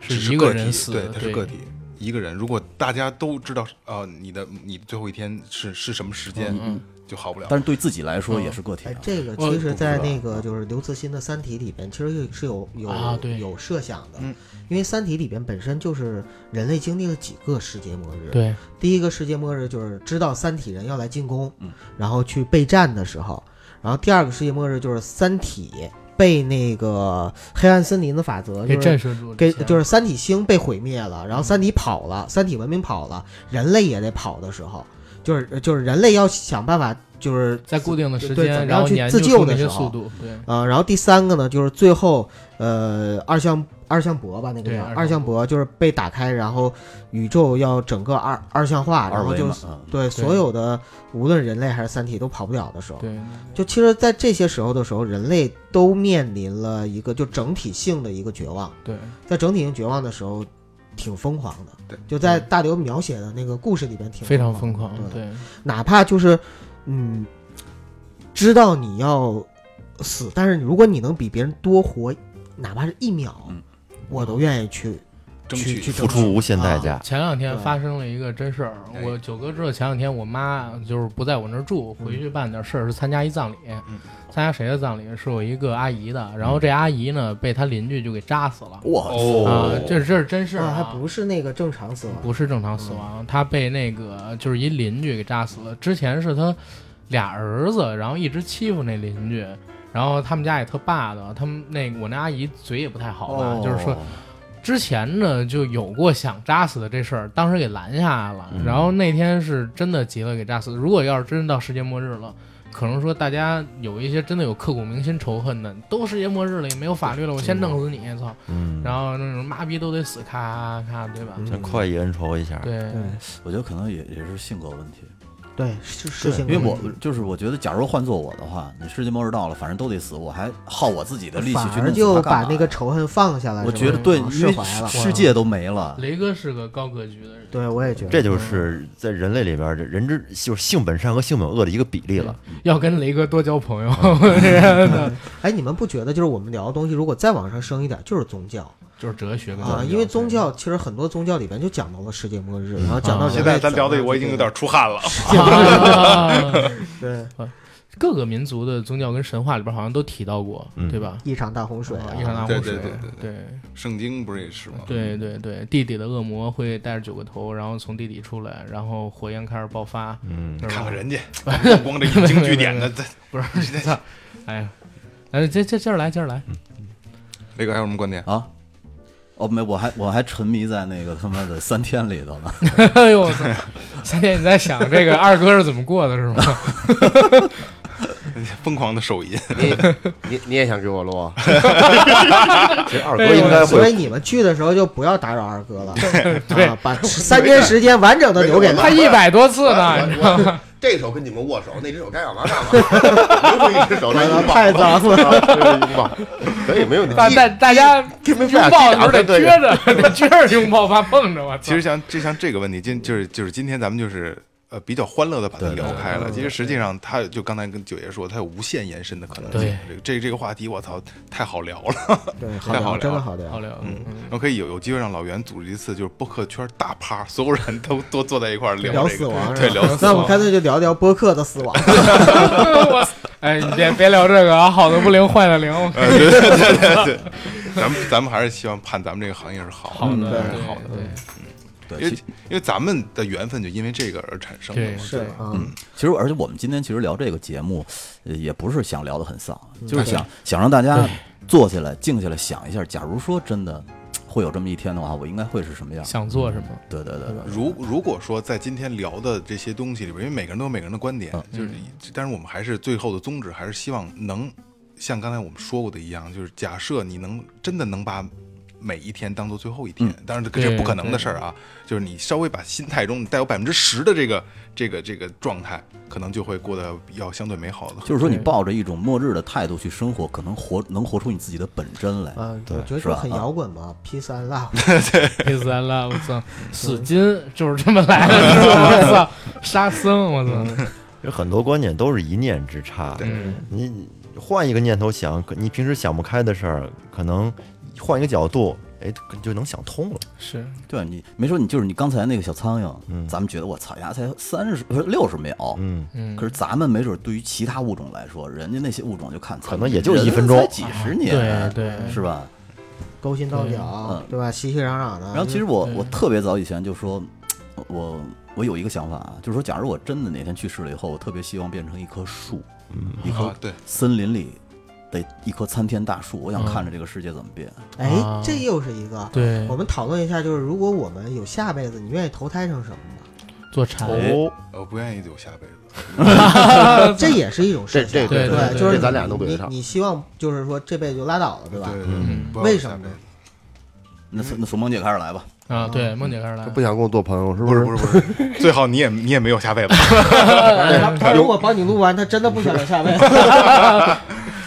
Speaker 3: 是
Speaker 5: 只是
Speaker 3: 一个
Speaker 5: 体
Speaker 3: 人死
Speaker 5: 对，
Speaker 3: 的
Speaker 5: 它是
Speaker 3: 对
Speaker 5: 个体。一个人，如果大家都知道，呃，你的你最后一天是是什么时间，
Speaker 3: 嗯
Speaker 5: 就好不了。
Speaker 7: 但是对自己来说也是个体、
Speaker 4: 哎
Speaker 7: 啊，。
Speaker 4: 这个
Speaker 3: 我
Speaker 4: 其实，在
Speaker 7: 我不知
Speaker 4: 那
Speaker 7: 道
Speaker 4: 个就是刘慈欣的《三体》里边，其实是有有、
Speaker 3: 啊对
Speaker 4: 有设想的，
Speaker 5: 嗯
Speaker 4: 因为《三体》里边本身就是人类经历了几个世界末日，
Speaker 3: 对，
Speaker 4: 第一个世界末日就是知道三体人要来进攻，
Speaker 7: 嗯
Speaker 4: 然后去备战的时候，然后第二个世界末日就是三体被那个黑暗森林的法则
Speaker 3: 给
Speaker 4: 就
Speaker 3: 震
Speaker 4: 是。
Speaker 3: 慑住了。
Speaker 4: 给
Speaker 3: 前
Speaker 4: 就是三体星被毁灭了，然后三体
Speaker 7: 嗯
Speaker 4: 跑了，三体文明跑了，人类也得跑的时候，就是就是人类要想办法，就是
Speaker 3: 在固定的时
Speaker 4: 对怎
Speaker 3: 间，
Speaker 4: 么
Speaker 3: 然
Speaker 4: 样
Speaker 3: 后
Speaker 4: 去
Speaker 3: 研
Speaker 4: 自
Speaker 3: 究
Speaker 4: 救
Speaker 3: 出
Speaker 4: 的
Speaker 3: 那些
Speaker 4: 时
Speaker 3: 速
Speaker 4: 候
Speaker 3: 度，对，
Speaker 4: 呃，然后第三个呢，就是最后呃二向二向箔吧，那个
Speaker 3: 对
Speaker 4: 叫
Speaker 3: 二向
Speaker 4: 二向箔，就是被打开，然后宇宙要整个二二向化，然
Speaker 7: 二
Speaker 4: 后
Speaker 7: 维
Speaker 4: 就
Speaker 7: 嘛，嗯，
Speaker 4: 对所有的无论人类还是三体都跑不了的时候，
Speaker 3: 对，
Speaker 4: 就其实，在这些时候的时候，人类都面临了一个就整体性的一个绝望，
Speaker 3: 对，
Speaker 4: 在整体性绝望的时候，挺疯狂的，
Speaker 5: 对，
Speaker 4: 就在大刘描写的那个故事里边挺
Speaker 3: 非常
Speaker 4: 疯
Speaker 3: 疯狂
Speaker 4: 的，对，
Speaker 3: 对，
Speaker 4: 哪怕就是，嗯，知道你要死，但是如果你能比别人多活，哪怕是一秒，
Speaker 7: 嗯
Speaker 4: 我都愿意去
Speaker 5: 争
Speaker 4: 去去
Speaker 5: 取
Speaker 4: 啊
Speaker 8: 付出无限代价，
Speaker 3: 前两天
Speaker 4: 对
Speaker 3: 发生了一个真事儿，
Speaker 5: 哎
Speaker 3: 我九哥知道，前两天我妈就是不在我那儿住，
Speaker 4: 嗯
Speaker 3: 回去办点事儿，是参加一葬礼。
Speaker 5: 嗯
Speaker 3: 参加谁的葬礼？是我一个阿姨
Speaker 4: 嗯
Speaker 3: 的。然后这阿姨呢，被她邻居就给扎死了。
Speaker 7: 哇
Speaker 5: 哦
Speaker 3: 啊、这这是真事儿、
Speaker 4: 啊，
Speaker 3: 啊，
Speaker 4: 还不是那个正常死亡，
Speaker 3: 不是正常死亡，她被那个就是一邻居给扎死了。之前是她俩儿子，然后一直欺负那邻居。然后他们家也特霸道，他们那我那阿姨嘴也不太好
Speaker 7: 哦
Speaker 3: 吧，就是说之前呢就有过想扎死的这事儿，当时给拦下来了。然后那天是真的急了，给扎死。如果要是真到世界末日了，可能说大家有一些真的有刻骨铭心仇恨的，都世界末日了也没有法律了，我先弄死你，操！
Speaker 8: 嗯，
Speaker 3: 然后那种妈逼都得死，咔咔，对吧？
Speaker 8: 想快意恩仇一下，
Speaker 3: 对
Speaker 4: 嗯对，
Speaker 7: 我觉得可能也也是性格问题。
Speaker 4: 对，是是性
Speaker 7: 因
Speaker 4: 格
Speaker 7: 为
Speaker 4: 问
Speaker 7: 我
Speaker 4: 题，
Speaker 7: 就是我觉得，假如换做我的话，你世界末日到了，反正都得死，我还耗我自己的力气去
Speaker 4: 反
Speaker 7: 弄
Speaker 4: 而
Speaker 7: 死他
Speaker 4: 就
Speaker 7: 干嘛
Speaker 4: 把那个仇恨放下了，
Speaker 7: 我
Speaker 4: 是吧
Speaker 7: 觉得对，
Speaker 4: 啊
Speaker 7: 因
Speaker 4: 释
Speaker 7: 为
Speaker 4: 怀了。
Speaker 7: 世界都没了，
Speaker 3: 雷哥是个高格局的人，
Speaker 4: 对，我也觉得
Speaker 8: 这就是在人类里边儿，这人之就是性本善和性本恶的一个比例了。
Speaker 3: 要跟雷哥多交朋友。真的
Speaker 4: 哎，你们不觉得就是我们聊的东西，如果再往上升一点，就是宗教
Speaker 3: 就是哲学跟
Speaker 4: 啊？因为宗教其实很多宗教里边就讲到了世界末日，
Speaker 7: 嗯
Speaker 4: 然后讲到
Speaker 3: 啊
Speaker 4: 人
Speaker 5: 现在
Speaker 4: 类
Speaker 5: 咱
Speaker 4: 怎
Speaker 5: 聊的
Speaker 4: 么
Speaker 5: 我已经有点出汗了，
Speaker 3: 啊
Speaker 4: 对
Speaker 3: 各个民族的宗教跟神话里边好像都提到过，
Speaker 8: 嗯
Speaker 3: 对吧？
Speaker 4: 一场大洪水
Speaker 3: 啊一场
Speaker 4: 啊，
Speaker 3: 大洪
Speaker 5: 对
Speaker 3: 水
Speaker 5: 对对，
Speaker 3: 对
Speaker 5: 圣经不是也是吗？
Speaker 3: 对对对，地底的恶魔会带着九个头，然后从地底出来，然后火焰开始爆发，
Speaker 8: 嗯，
Speaker 3: 是吧
Speaker 5: 看 看人家，不光这引经据典的，这
Speaker 3: 不是，操哎呀，哎，接接接着来，接着来，
Speaker 5: 雷哥还有什么观点？
Speaker 7: 啊。哦，没，我还我还沉迷在那个他妈的三天里头呢。
Speaker 3: 哎呦，我操！三姐你在想这个二哥是怎么过的，是吗？
Speaker 5: 疯狂的手淫，
Speaker 6: 你你你也想给我录？ 其实二哥
Speaker 3: 哎呦
Speaker 6: 应该
Speaker 4: 所
Speaker 6: 会
Speaker 4: 以你们去的时候就不要打扰二哥 了，
Speaker 3: 对
Speaker 4: 啊，把三天时间完整的留给他
Speaker 3: 他。一百多次呢，你知道吗
Speaker 6: 我我这手跟你们握手，那只手该干嘛干嘛， 留出一只手来拥抱，啊
Speaker 4: 太脏了，
Speaker 6: 拥抱，可以没问题。
Speaker 3: 大大大家
Speaker 6: 给没
Speaker 3: 拥抱的时候得撅着，得撅着拥抱，怕碰着。我操！
Speaker 5: 其实像这像这个问题，今就是就是今天咱们就是呃比较欢乐的把它
Speaker 7: 对
Speaker 5: 聊
Speaker 7: 对
Speaker 5: 开了。其实实际上，它就刚才跟九爷说，它有无限延伸的可能性
Speaker 3: 对。
Speaker 5: 这个这这个话题，我操，太好聊了。
Speaker 4: 对，好
Speaker 5: 太
Speaker 4: 聊，
Speaker 5: 好聊
Speaker 4: 真的
Speaker 5: 了
Speaker 4: 好
Speaker 3: 好
Speaker 4: 聊。
Speaker 3: 聊，嗯，
Speaker 5: 然后可以有有机会让老袁组织一次就是播客圈大趴，所有人都都坐在一块儿
Speaker 4: 聊
Speaker 5: 这
Speaker 4: 死
Speaker 5: 个，
Speaker 4: 亡
Speaker 5: 对
Speaker 4: 是吧？
Speaker 5: 聊死
Speaker 4: 那我们
Speaker 5: 亡。
Speaker 4: 干脆就聊聊播客的死 亡。
Speaker 3: 我哎，你别别聊这个啊，好的不灵，坏的灵。
Speaker 5: 呃，对对对对对，咱们咱们还是希望盼咱们这个行业是好
Speaker 3: 好
Speaker 5: 的，
Speaker 3: 的，
Speaker 7: 嗯
Speaker 3: 对
Speaker 5: 是好的，
Speaker 3: 对
Speaker 7: 对，
Speaker 5: 因为
Speaker 7: 其
Speaker 5: 因为咱们的缘分就因为这个而产生的
Speaker 3: 对
Speaker 5: 嘛。
Speaker 4: 是啊，
Speaker 5: 嗯
Speaker 7: 其实，而且我们今天其实聊这个节目，呃也不是想聊得很丧，就是
Speaker 4: 对
Speaker 7: 想想让大家坐下来、静下来想一下，假如说真的会有这么一天的话，我应该会是什么样？
Speaker 3: 想做什么？
Speaker 7: 对对对对，
Speaker 5: 如如果说在今天聊的这些东西里边，因为每个人都有每个人的观点，
Speaker 4: 嗯
Speaker 5: 就是，但是我们还是最后的宗旨，还是希望能像刚才我们说过的一样，就是假设你能真的能把每一天当做最后一
Speaker 4: 嗯
Speaker 5: 天，当然这这
Speaker 3: 对
Speaker 5: 不可能的事儿啊，就是你稍微把心态中你带有百分之十的这个这个这个状态，可能就会过得要相对美好的。
Speaker 7: 就是说你抱着一种末日的态度去生活，可能活能活出你自己的本真来。
Speaker 4: 啊，我觉得
Speaker 7: 是
Speaker 4: 就
Speaker 7: 吧
Speaker 4: 很
Speaker 7: 啊
Speaker 4: 摇滚嘛，Peace and Love。
Speaker 3: 第三了，我操，死金就是这么来的，是吧？我操，沙僧，我操，
Speaker 8: 有很多观点都是一念之差。
Speaker 3: 嗯，
Speaker 8: 你你换一个念头想，可你平时想不开的事儿，可能换一个角度，哎，就能想通了。
Speaker 3: 是
Speaker 7: 对啊你没说你就是你刚才那个小苍蝇，
Speaker 8: 嗯
Speaker 7: 咱们觉得我操呀，才三十不是六十秒，
Speaker 8: 嗯，
Speaker 3: 嗯，
Speaker 7: 可是咱们没准对于其他物种来说，人家那些物种就看
Speaker 8: 可能也就是一分钟
Speaker 7: 人才几十年，
Speaker 3: 对嗯对
Speaker 7: 是吧？
Speaker 4: 勾心斗
Speaker 3: 对
Speaker 4: 角
Speaker 7: 嗯，
Speaker 4: 对吧？熙熙攘攘的。
Speaker 7: 然后其实我
Speaker 3: 对
Speaker 7: 我特别早以前就说，我我有一个想法啊，就是说，假如我真的哪天去世了以后，我特别希望变成一棵树，一棵
Speaker 5: 啊，对，
Speaker 7: 森林里的一棵参天大树，我想
Speaker 3: 嗯
Speaker 7: 看着这个世界怎么变。
Speaker 8: 嗯
Speaker 4: 哎
Speaker 3: 啊，
Speaker 4: 这又是一个。
Speaker 3: 对
Speaker 4: 我们讨论一下，就是如果我们有下辈子，你愿意投胎成什么呢？
Speaker 3: 做禅，
Speaker 8: 哦，
Speaker 5: 我不愿意有下辈子。
Speaker 7: 呃
Speaker 4: 这也是一种设
Speaker 6: 这
Speaker 4: 想，
Speaker 6: 这
Speaker 3: 对对
Speaker 4: 对，
Speaker 3: 对
Speaker 4: 就
Speaker 3: 这
Speaker 4: 是
Speaker 6: 咱俩都不
Speaker 4: 你
Speaker 6: 对上
Speaker 4: 你希望就是说这辈子就拉倒了，对吧？
Speaker 5: 对
Speaker 3: 嗯
Speaker 5: 对，
Speaker 4: 为什么呢
Speaker 5: 呢？
Speaker 7: 那那从梦姐开始来吧，
Speaker 3: 啊，对，梦姐开始来，
Speaker 6: 不想跟我做朋友，是
Speaker 5: 不
Speaker 6: 是
Speaker 5: 是？不是不是， 最好你也你也没有下辈子。
Speaker 4: 他他如果帮你录完，他真的不想有下辈子。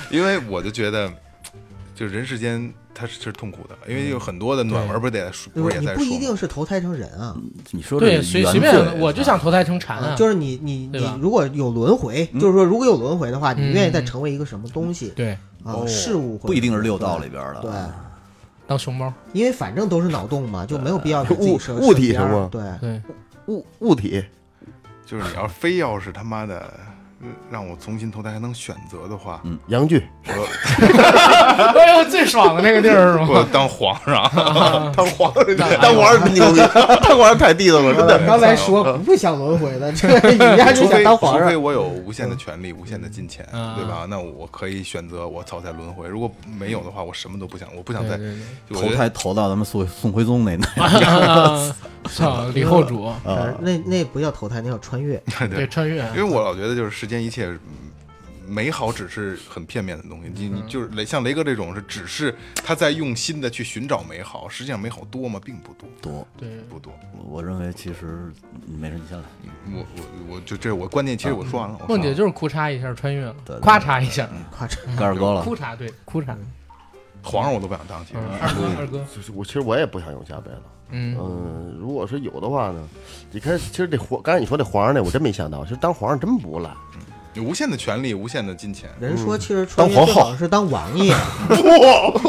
Speaker 5: 因为我就觉得，就人世间它是是痛苦的，因为有很多的暖文不是得说，
Speaker 4: 对
Speaker 5: 不
Speaker 4: 吧
Speaker 5: 是 也
Speaker 4: 你
Speaker 5: 在
Speaker 4: 不
Speaker 5: 说
Speaker 4: 一定
Speaker 5: 吗，
Speaker 4: 是投胎成人啊，
Speaker 7: 你说这
Speaker 3: 对，
Speaker 7: 个
Speaker 3: 随
Speaker 7: 原
Speaker 3: 随
Speaker 7: 罪
Speaker 3: 便，我就想投胎成禅
Speaker 4: 啊
Speaker 3: 啊，
Speaker 4: 就是你你
Speaker 3: 对
Speaker 4: 你
Speaker 3: 吧
Speaker 4: 如果有轮回，
Speaker 7: 嗯
Speaker 4: 就是说如果有轮回的话，你
Speaker 3: 嗯
Speaker 4: 愿意再成为一个什么东西
Speaker 3: 对，
Speaker 4: 啊？事物或者
Speaker 7: 不一定是六道里边的，啊
Speaker 4: 对，
Speaker 3: 当熊猫，
Speaker 4: 因为反正都是脑洞嘛，就没有必要给自己
Speaker 6: 物
Speaker 4: 设
Speaker 6: 物体
Speaker 4: 设边儿
Speaker 6: 是吗
Speaker 4: 对，
Speaker 3: 对，
Speaker 6: 物物体，
Speaker 5: 就是你要非要是他妈的。嗯让我重新投胎还能选择的话，
Speaker 6: 阳 具，
Speaker 5: 我
Speaker 3: 哎呦，最爽的那个地儿是吗？
Speaker 5: 我当皇上，
Speaker 6: 当皇上，当皇上牛逼，当皇上太地道 了，真的。
Speaker 4: 刚才说
Speaker 3: 嗯
Speaker 4: 不会想轮回的，这 你家就
Speaker 5: 除
Speaker 4: 想
Speaker 5: 非
Speaker 4: 当皇
Speaker 5: 除非
Speaker 4: 上。嗯
Speaker 5: 我有无限的权利、无限的金钱，
Speaker 3: 嗯
Speaker 5: 对吧？那我可以选择我操在轮回。如果没有的话，我什么都不想，我不想
Speaker 3: 对
Speaker 5: 再
Speaker 3: 对对。
Speaker 5: 我
Speaker 7: 投
Speaker 5: 觉得
Speaker 7: 胎投到咱们宋宋徽宗那 那
Speaker 3: 啊，操，李后主，
Speaker 6: 啊
Speaker 4: 呃那那不叫投胎，那叫穿越。
Speaker 3: 对，穿越，
Speaker 5: 因为我老觉得就是世间一切嗯美好只是很片面的东西。你你
Speaker 7: 嗯
Speaker 5: 就是雷像雷哥这种是只是他在用心的去寻找美好，实际上美好多吗？并不多，
Speaker 7: 多。
Speaker 3: 对，
Speaker 5: 不多。
Speaker 7: 我我认为其实没事，你先来。你
Speaker 5: 我我我就这我观念，其实
Speaker 7: 嗯
Speaker 5: 我说完了。我
Speaker 3: 梦姐就是哭嚓一下穿越了
Speaker 7: 对，对
Speaker 3: 夸嚓一下，
Speaker 4: 夸张。
Speaker 7: 盖二哥了，
Speaker 3: 哭嚓对，哭嚓，
Speaker 5: 皇上我都不想当，其实
Speaker 3: 嗯，二哥二哥，
Speaker 6: 就是我其实我也不想有加倍了。
Speaker 3: 嗯，
Speaker 6: 嗯，如果是有的话呢，你看，其实这皇，刚才你说这皇上那，我真没想到，其实当皇上真不 赖。
Speaker 5: 有无限的权利，无限的金钱。
Speaker 4: 人说其实穿越
Speaker 6: 嗯当
Speaker 4: 最
Speaker 6: 皇后
Speaker 4: 好是当王爷，
Speaker 5: 不，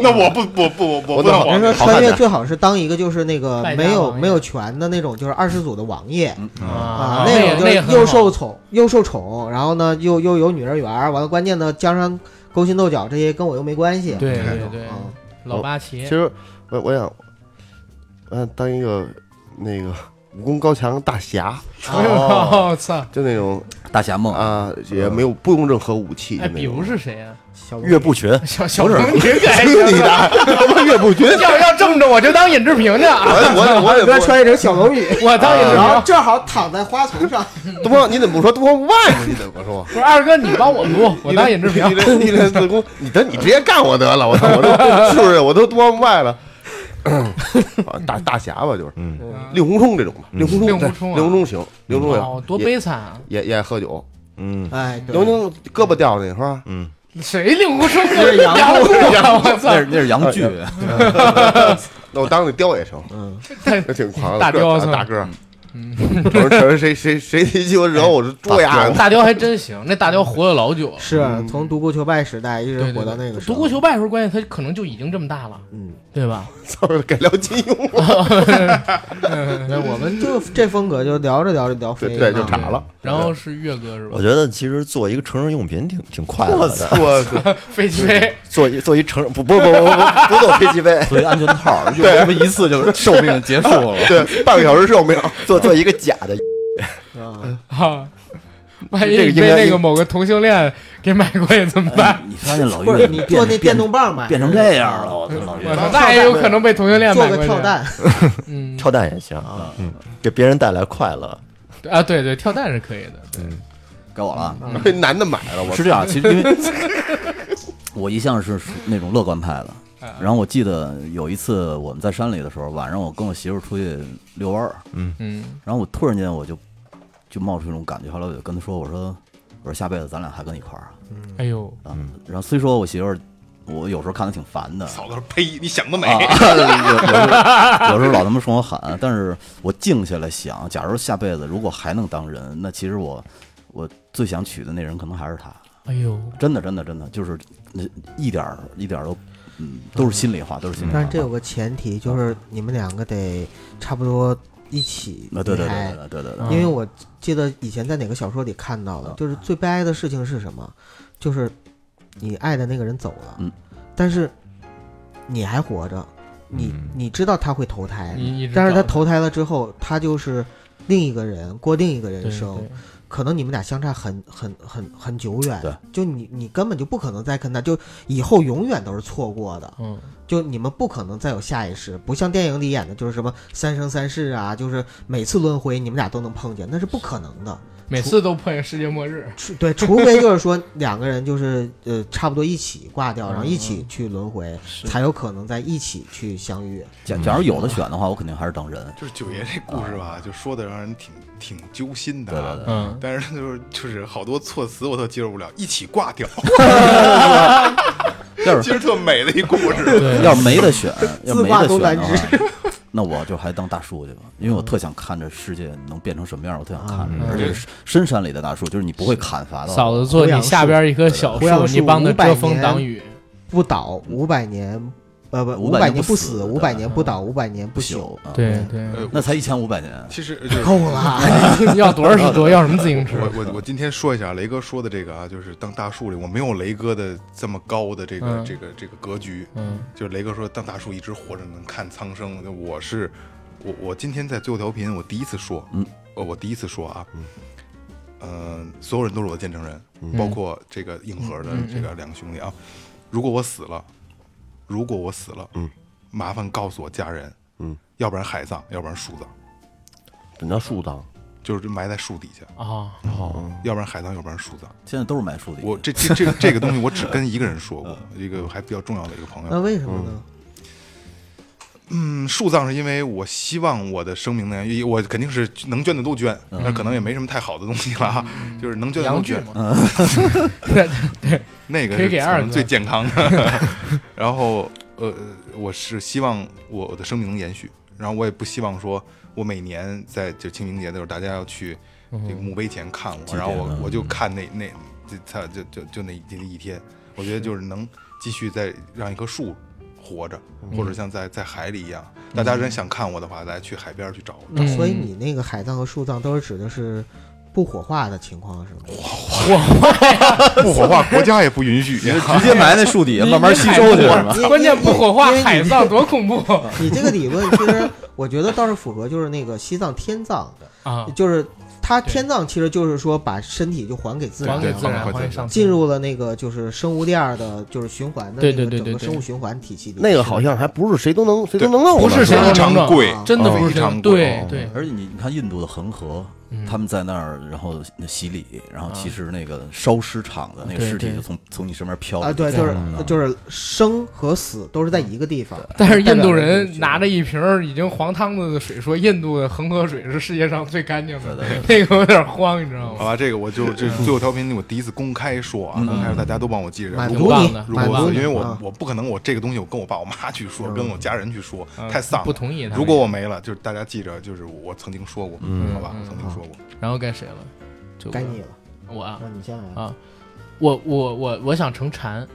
Speaker 5: 那我不不不不不
Speaker 6: 我当
Speaker 5: 能
Speaker 6: 皇
Speaker 5: 往
Speaker 4: 人说
Speaker 5: 上。
Speaker 4: 穿越最好是当一个就是那个
Speaker 3: 败家
Speaker 4: 没有
Speaker 3: 王爷
Speaker 4: 没有权的那种，就是二世祖的王爷
Speaker 3: 啊
Speaker 4: 啊，
Speaker 3: 那
Speaker 4: 种就
Speaker 3: 那也
Speaker 4: 是
Speaker 3: 很
Speaker 4: 又
Speaker 3: 好
Speaker 4: 受宠又受宠，然后呢又又有女人缘儿，完了关键呢加上勾心斗角这些跟我又没关系，
Speaker 3: 对
Speaker 4: 这
Speaker 3: 对
Speaker 4: 种
Speaker 3: 对
Speaker 4: 啊
Speaker 3: 老八
Speaker 6: 其
Speaker 3: 旗，
Speaker 6: 实我我想，我想当一个那个武功高强大侠，
Speaker 3: 哎
Speaker 4: 啊
Speaker 3: 呦我操，
Speaker 6: 就那种
Speaker 7: 大侠梦，
Speaker 6: 啊，也没有不用任何武器的
Speaker 3: 哎，
Speaker 6: 那种。
Speaker 3: 比如是谁啊？
Speaker 4: 小
Speaker 8: 岳不群，
Speaker 3: 小小鹏，你改
Speaker 6: 你的，他妈岳不 群，
Speaker 3: 要要这么着，我就当尹志平去啊，
Speaker 6: 我我我也
Speaker 4: 我
Speaker 6: 不
Speaker 4: 刚穿一身小龙女，
Speaker 6: 啊
Speaker 3: 我当尹志
Speaker 4: 然后
Speaker 3: 平。
Speaker 4: 正好躺在花丛上，
Speaker 6: 东方，你怎么不说东方不败呢？你怎么说？
Speaker 3: 不是二哥，你帮我撸，我当尹志平
Speaker 6: 你。这你这自宫，你等你直接干我得了，我操，我都 是不是？我都东方不败了。 啊大大侠吧，就是
Speaker 8: 嗯，
Speaker 6: 令狐冲这种吧，令狐冲，
Speaker 3: 令狐冲啊
Speaker 6: 令狐冲行，令狐
Speaker 3: 哦
Speaker 6: 冲，
Speaker 3: 多
Speaker 6: 也
Speaker 3: 悲惨啊！
Speaker 6: 也也爱喝酒，
Speaker 8: 嗯
Speaker 4: 哎，对
Speaker 6: 刘 宁胳膊掉那啊是吧？
Speaker 8: 嗯，
Speaker 3: 谁令狐冲
Speaker 4: 这 是杨
Speaker 3: 杨 过啊？我操
Speaker 7: 那！是那是杨剧，
Speaker 8: 哎
Speaker 6: 那我当那雕也成，
Speaker 4: 嗯，
Speaker 6: 那 挺狂的，
Speaker 3: 大
Speaker 6: 个
Speaker 3: 雕
Speaker 6: 儿
Speaker 3: 是吧
Speaker 6: 大个儿。 瞅瞅谁谁谁一我惹我是啊猪牙，
Speaker 3: 大雕还真行，那大雕活了老久，
Speaker 4: 是啊从独孤求败时代一
Speaker 3: 对
Speaker 4: 直
Speaker 3: 对
Speaker 4: 活到那
Speaker 3: 对
Speaker 4: 个，时
Speaker 3: 独
Speaker 4: 候，
Speaker 3: 孤求败的时候，关键他可能就已经这么大了，
Speaker 4: 嗯，
Speaker 3: 对吧？
Speaker 6: 操，改聊金庸了，
Speaker 4: 那 我们就这风格就聊着聊着聊
Speaker 6: 对
Speaker 4: 飞
Speaker 6: 对，
Speaker 4: 了
Speaker 6: 就岔了。
Speaker 3: 然后是岳哥是吧
Speaker 8: 哎我？觉得其实做一个成人用品挺挺快乐
Speaker 6: 我
Speaker 8: 的，
Speaker 6: 操，我操
Speaker 3: 飞机飞，
Speaker 8: 做一做一成人不不不不不不做飞机 杯，
Speaker 7: 所以安全套用这么一次就 寿命结束了。
Speaker 6: 对，半个小时寿命，
Speaker 8: 做做一个假的，
Speaker 3: 嗯
Speaker 4: 啊，
Speaker 3: 哈， 万
Speaker 8: 这
Speaker 3: 一
Speaker 8: 个
Speaker 3: 你
Speaker 8: 应
Speaker 3: 被
Speaker 8: 该
Speaker 3: 那个某个同性恋给买过去怎么办？
Speaker 7: 你发现老
Speaker 4: 或
Speaker 7: 岳
Speaker 4: 者你做那电动棒吧，
Speaker 7: 变成这样了，我操， 老
Speaker 3: 我
Speaker 7: 岳
Speaker 3: 操，那也有可能被同性恋
Speaker 4: 做
Speaker 3: 哎买
Speaker 4: 个
Speaker 3: 过
Speaker 4: 跳
Speaker 3: 去。
Speaker 4: 蛋，
Speaker 3: 嗯，
Speaker 8: 跳蛋也行，
Speaker 6: 啊
Speaker 8: 嗯，给别人带来快乐，
Speaker 3: 啊，对对，跳蛋是可以的。对
Speaker 7: 该我了啊。
Speaker 6: 被男的买了，我
Speaker 7: 是这样，其实因为我一向是属那种乐观派的。然后我记得有一次我们在山里的时候，晚上我跟我媳妇儿出去遛弯儿，
Speaker 3: 嗯，
Speaker 7: 然后我突然间我就就冒出一种感觉，后来我就跟她说：“我说我说下辈子咱俩还跟一块儿
Speaker 3: 哎呦，
Speaker 7: 啊。”然后虽说我媳妇儿，我有时候看她挺烦 的，啊
Speaker 5: 嫂子，呸！你想得美。
Speaker 7: 啊，有有时候有时候老他妈冲我喊，但是我静下来想，假如下辈子如果还能当人，那其实我我最想娶的那人可能还是他。
Speaker 3: 哎呦，
Speaker 7: 真的，真的，真的，就是那一点儿一点儿都，嗯，都是心里话，都是心里话。
Speaker 4: 但是这有个前提，就是你们两个得差不多一起
Speaker 7: 啊，
Speaker 4: 离
Speaker 7: 对对
Speaker 4: 开
Speaker 7: 对对对对对，
Speaker 3: 嗯
Speaker 4: 因为我记得以前在哪个小说里看到的
Speaker 7: 嗯，
Speaker 4: 就是最悲哀的事情是什么？就是你爱的那个人走了，
Speaker 7: 嗯
Speaker 4: 但是你还活着，你、
Speaker 8: 嗯
Speaker 4: 你知道他会投胎，
Speaker 3: 你你知道
Speaker 4: 但
Speaker 3: 的，
Speaker 4: 是他投胎了之后，他就是另一个人，过另一个人
Speaker 3: 对
Speaker 4: 生，
Speaker 3: 对
Speaker 4: 可能你们俩相差很很很很久远
Speaker 7: 对，
Speaker 4: 就你你根本就不可能再跟他，就以后永远都是错过的，
Speaker 3: 嗯，
Speaker 4: 就你们不可能再有下一世，不像电影里演的，就是什么三生三世啊，就是每次轮回你们俩都能碰见，那是不可能的。
Speaker 3: 每次都碰见世界末日，
Speaker 4: 除对，除非就是说两个人就是呃差不多一起挂掉，然后一
Speaker 3: 嗯
Speaker 4: 起去轮回，才有可能在一起去相遇。
Speaker 7: 假假如有的选的话，我肯定还是当人。
Speaker 5: 就是九爷这故事吧，就说的让人挺挺揪心的。啊
Speaker 7: 对啊对对。
Speaker 3: 嗯，
Speaker 5: 但是就是就是好多措辞我都接受不了，一起挂 掉，
Speaker 7: 要
Speaker 5: 其实
Speaker 7: 是
Speaker 5: 特美的一故事。
Speaker 7: 要是没得选，要
Speaker 4: 自
Speaker 7: 没
Speaker 4: 挂
Speaker 7: 得
Speaker 4: 钩
Speaker 7: 选的
Speaker 4: 难
Speaker 7: 话，那我就还当大树去吧，因为我特想看这世界能变成什么样，我
Speaker 3: 嗯
Speaker 7: 特想
Speaker 4: 啊
Speaker 7: 看
Speaker 4: 嗯
Speaker 7: 着，而且是深山里的大树，就是你不会砍伐的。
Speaker 3: 嫂子做你下边一棵小
Speaker 4: 胡杨
Speaker 3: 树，
Speaker 4: 树
Speaker 3: 你帮他
Speaker 4: 500
Speaker 3: 遮风
Speaker 4: 年
Speaker 3: 挡雨，
Speaker 4: 不倒五百年，呃不，
Speaker 7: 500
Speaker 4: 百
Speaker 7: 年
Speaker 4: 年
Speaker 7: 不死
Speaker 4: 死，
Speaker 7: 对
Speaker 4: 五百年不
Speaker 3: 嗯
Speaker 4: 倒，五百年不
Speaker 7: 不
Speaker 4: 朽，
Speaker 7: 朽啊！
Speaker 3: 对对，
Speaker 5: 呃
Speaker 7: 那才一千五百年，
Speaker 5: 其实就是
Speaker 4: 够
Speaker 3: 嗯
Speaker 4: 了。
Speaker 3: 要多少是多，要什么自行车？
Speaker 5: 我我我今天说一下雷哥说的这个啊，就是当大树里，我没有雷哥的这么高的这个、
Speaker 3: 嗯
Speaker 5: 这个这个格局。
Speaker 3: 嗯，
Speaker 5: 就是雷哥说当大树一直活着能看苍生，我是我我今天在最后调频我第一次说，
Speaker 7: 嗯
Speaker 5: 呃，我第一次说啊，嗯、所有人都是我的见证人，嗯
Speaker 3: 嗯
Speaker 5: 包括这个硬核的这个两个兄弟啊。如果我死了，如果我死了，
Speaker 6: 嗯，
Speaker 5: 麻烦告诉我家人，
Speaker 6: 嗯，
Speaker 5: 要不然海葬，要不然树葬。
Speaker 6: 怎么叫树葬？
Speaker 5: 就是埋在树底下，
Speaker 3: 哦，
Speaker 8: 哦，
Speaker 5: 要不然海葬，要不然树葬。
Speaker 7: 现在都是埋树的。
Speaker 5: 我这这这个这个东西，我只跟一个人说过，一个还比较重要的一个朋
Speaker 4: 那
Speaker 5: 友。
Speaker 4: 为什么呢？
Speaker 5: 嗯，树葬是因为我希望我的生命能，也我肯定是能捐的都捐，那可能也没什么太好的东西了啊，就是能捐的都
Speaker 3: 洋剧
Speaker 5: 捐。
Speaker 3: 嘛，
Speaker 5: 嗯 那个
Speaker 3: 可以
Speaker 5: 是
Speaker 3: 给
Speaker 5: 可
Speaker 3: 二
Speaker 5: 能
Speaker 3: 哥
Speaker 5: 最健康的。 然后呃，我是希望我的生命能延续，然后我也不希望说我每年在就清明节的时候，大家要去
Speaker 3: 嗯
Speaker 5: 这个墓碑前看我，
Speaker 7: 祭
Speaker 5: 然后
Speaker 7: 奠
Speaker 5: 我
Speaker 7: 啊
Speaker 5: 我就看那那这他就就就那一那一天，我觉得就是能继续再让一棵树。活着，
Speaker 3: 嗯
Speaker 5: 或者像在在海里一样，大家真想看我的话，大家去海边去找我。
Speaker 3: 嗯
Speaker 4: 所以你那个海葬和树葬都是指的是不火化的情况是吗？
Speaker 5: 不火化，国家也不允许。
Speaker 7: 直接埋在树底下，慢慢吸收去是吧？
Speaker 4: 因为
Speaker 3: 关键不火化
Speaker 4: 因为，你
Speaker 3: 海葬多恐怖
Speaker 4: 你这个理论其实我觉得倒是符合，就是那个西藏天葬，
Speaker 3: 啊！
Speaker 4: 就是它
Speaker 3: 对
Speaker 4: 天葬其实就是说把身体就还给自
Speaker 3: 还
Speaker 4: 然
Speaker 5: 对
Speaker 3: 给
Speaker 4: 了。
Speaker 3: 自然，还
Speaker 5: 还给
Speaker 3: 给
Speaker 5: 自然
Speaker 3: 上
Speaker 4: 进
Speaker 3: 天
Speaker 4: 入了那个就是生物链儿的，就是循环的
Speaker 3: 对
Speaker 4: 那
Speaker 3: 对
Speaker 4: 个
Speaker 3: 对
Speaker 4: 整个
Speaker 3: 对对
Speaker 4: 生物循环体系里。
Speaker 6: 那个好像还不是谁都能谁都能弄的，
Speaker 3: 不是谁都
Speaker 5: 非
Speaker 3: 能弄
Speaker 5: 常贵，
Speaker 3: 真的
Speaker 5: 非
Speaker 3: 不是
Speaker 5: 常贵
Speaker 3: 对
Speaker 6: 哦
Speaker 3: 对，
Speaker 7: 而且你你看印度的恒河，
Speaker 3: 嗯
Speaker 7: 他们在那儿，然后洗礼，然后其实那个烧尸场的那个
Speaker 3: 对
Speaker 7: 尸体
Speaker 3: 对
Speaker 7: 就从从你身边飘
Speaker 4: 啊，对，
Speaker 6: 嗯
Speaker 7: 着
Speaker 4: 就
Speaker 7: 过
Speaker 4: 是
Speaker 7: 来了
Speaker 4: 就是生和死都是在一个地方。
Speaker 3: 但是印度人拿着一瓶儿已经黄汤子的水，说印度的恒河水是世界上最干净的，那个有点慌，你知道
Speaker 5: 好
Speaker 3: 吗？
Speaker 5: 吧，这个我就这最后调频，我第一次公开说啊，
Speaker 7: 嗯
Speaker 5: 公开说大家都帮我记着。
Speaker 4: 满
Speaker 5: 如
Speaker 3: 挺
Speaker 4: 足
Speaker 5: 果
Speaker 3: 棒
Speaker 4: 你
Speaker 3: 的，
Speaker 5: 如
Speaker 4: 满
Speaker 5: 果
Speaker 4: 足
Speaker 5: 我
Speaker 4: 你
Speaker 5: 因为我
Speaker 4: 啊
Speaker 5: 我不可能我这个东西我跟我爸我妈去说，跟我家人去说，太丧
Speaker 3: 啊不
Speaker 5: 了。
Speaker 3: 同意他。
Speaker 5: 如果我没了，就是大家记着，就是我曾经说过，
Speaker 8: 嗯
Speaker 5: 好吧，
Speaker 3: 嗯
Speaker 5: 我曾经说过。
Speaker 3: 然后该谁了？就
Speaker 4: 该你了，
Speaker 3: 我啊，
Speaker 4: 那你先来
Speaker 3: 啊。我我我我想成蝉，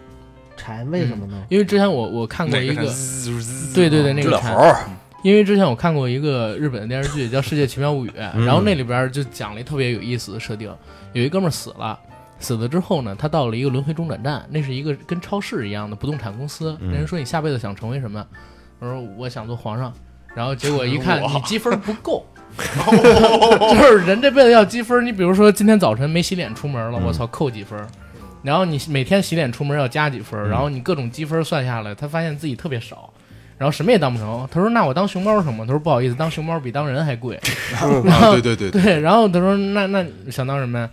Speaker 4: 蝉为什么呢？
Speaker 3: 因为之前我我看过
Speaker 5: 哪
Speaker 3: 一
Speaker 5: 嗯个
Speaker 3: 个，
Speaker 5: 是？
Speaker 3: 对对对，那
Speaker 7: 嗯知
Speaker 3: 个
Speaker 7: 了
Speaker 3: 蝉
Speaker 7: 猴，儿，
Speaker 3: 因为之前我看过一个日本的电视剧叫《世界奇妙物语》，
Speaker 7: 嗯
Speaker 3: 然后那里边就讲了一特别有意思的设定，有一哥们儿死了。死了之后呢，他到了一个轮回中转站，那是一个跟超市一样的不动产公司。
Speaker 7: 嗯
Speaker 3: 那人说你下辈子想成为什么？我说我想做皇上。然后结果一看你积分不 够，就是人这辈子要积分。你比如说今天早晨没洗脸出门
Speaker 7: 嗯
Speaker 3: 了，我操扣几分。然后你每天洗脸出门要加几
Speaker 7: 嗯
Speaker 3: 分，然后你各种积分算下来，他发现自己特别少，然后什么也当不成。他说：“那我当熊猫成吗？”他说：“不好意思，当熊猫比当人还贵。
Speaker 5: 啊，对对对对，
Speaker 3: 对，然后他说：“那那你想当什么呀？”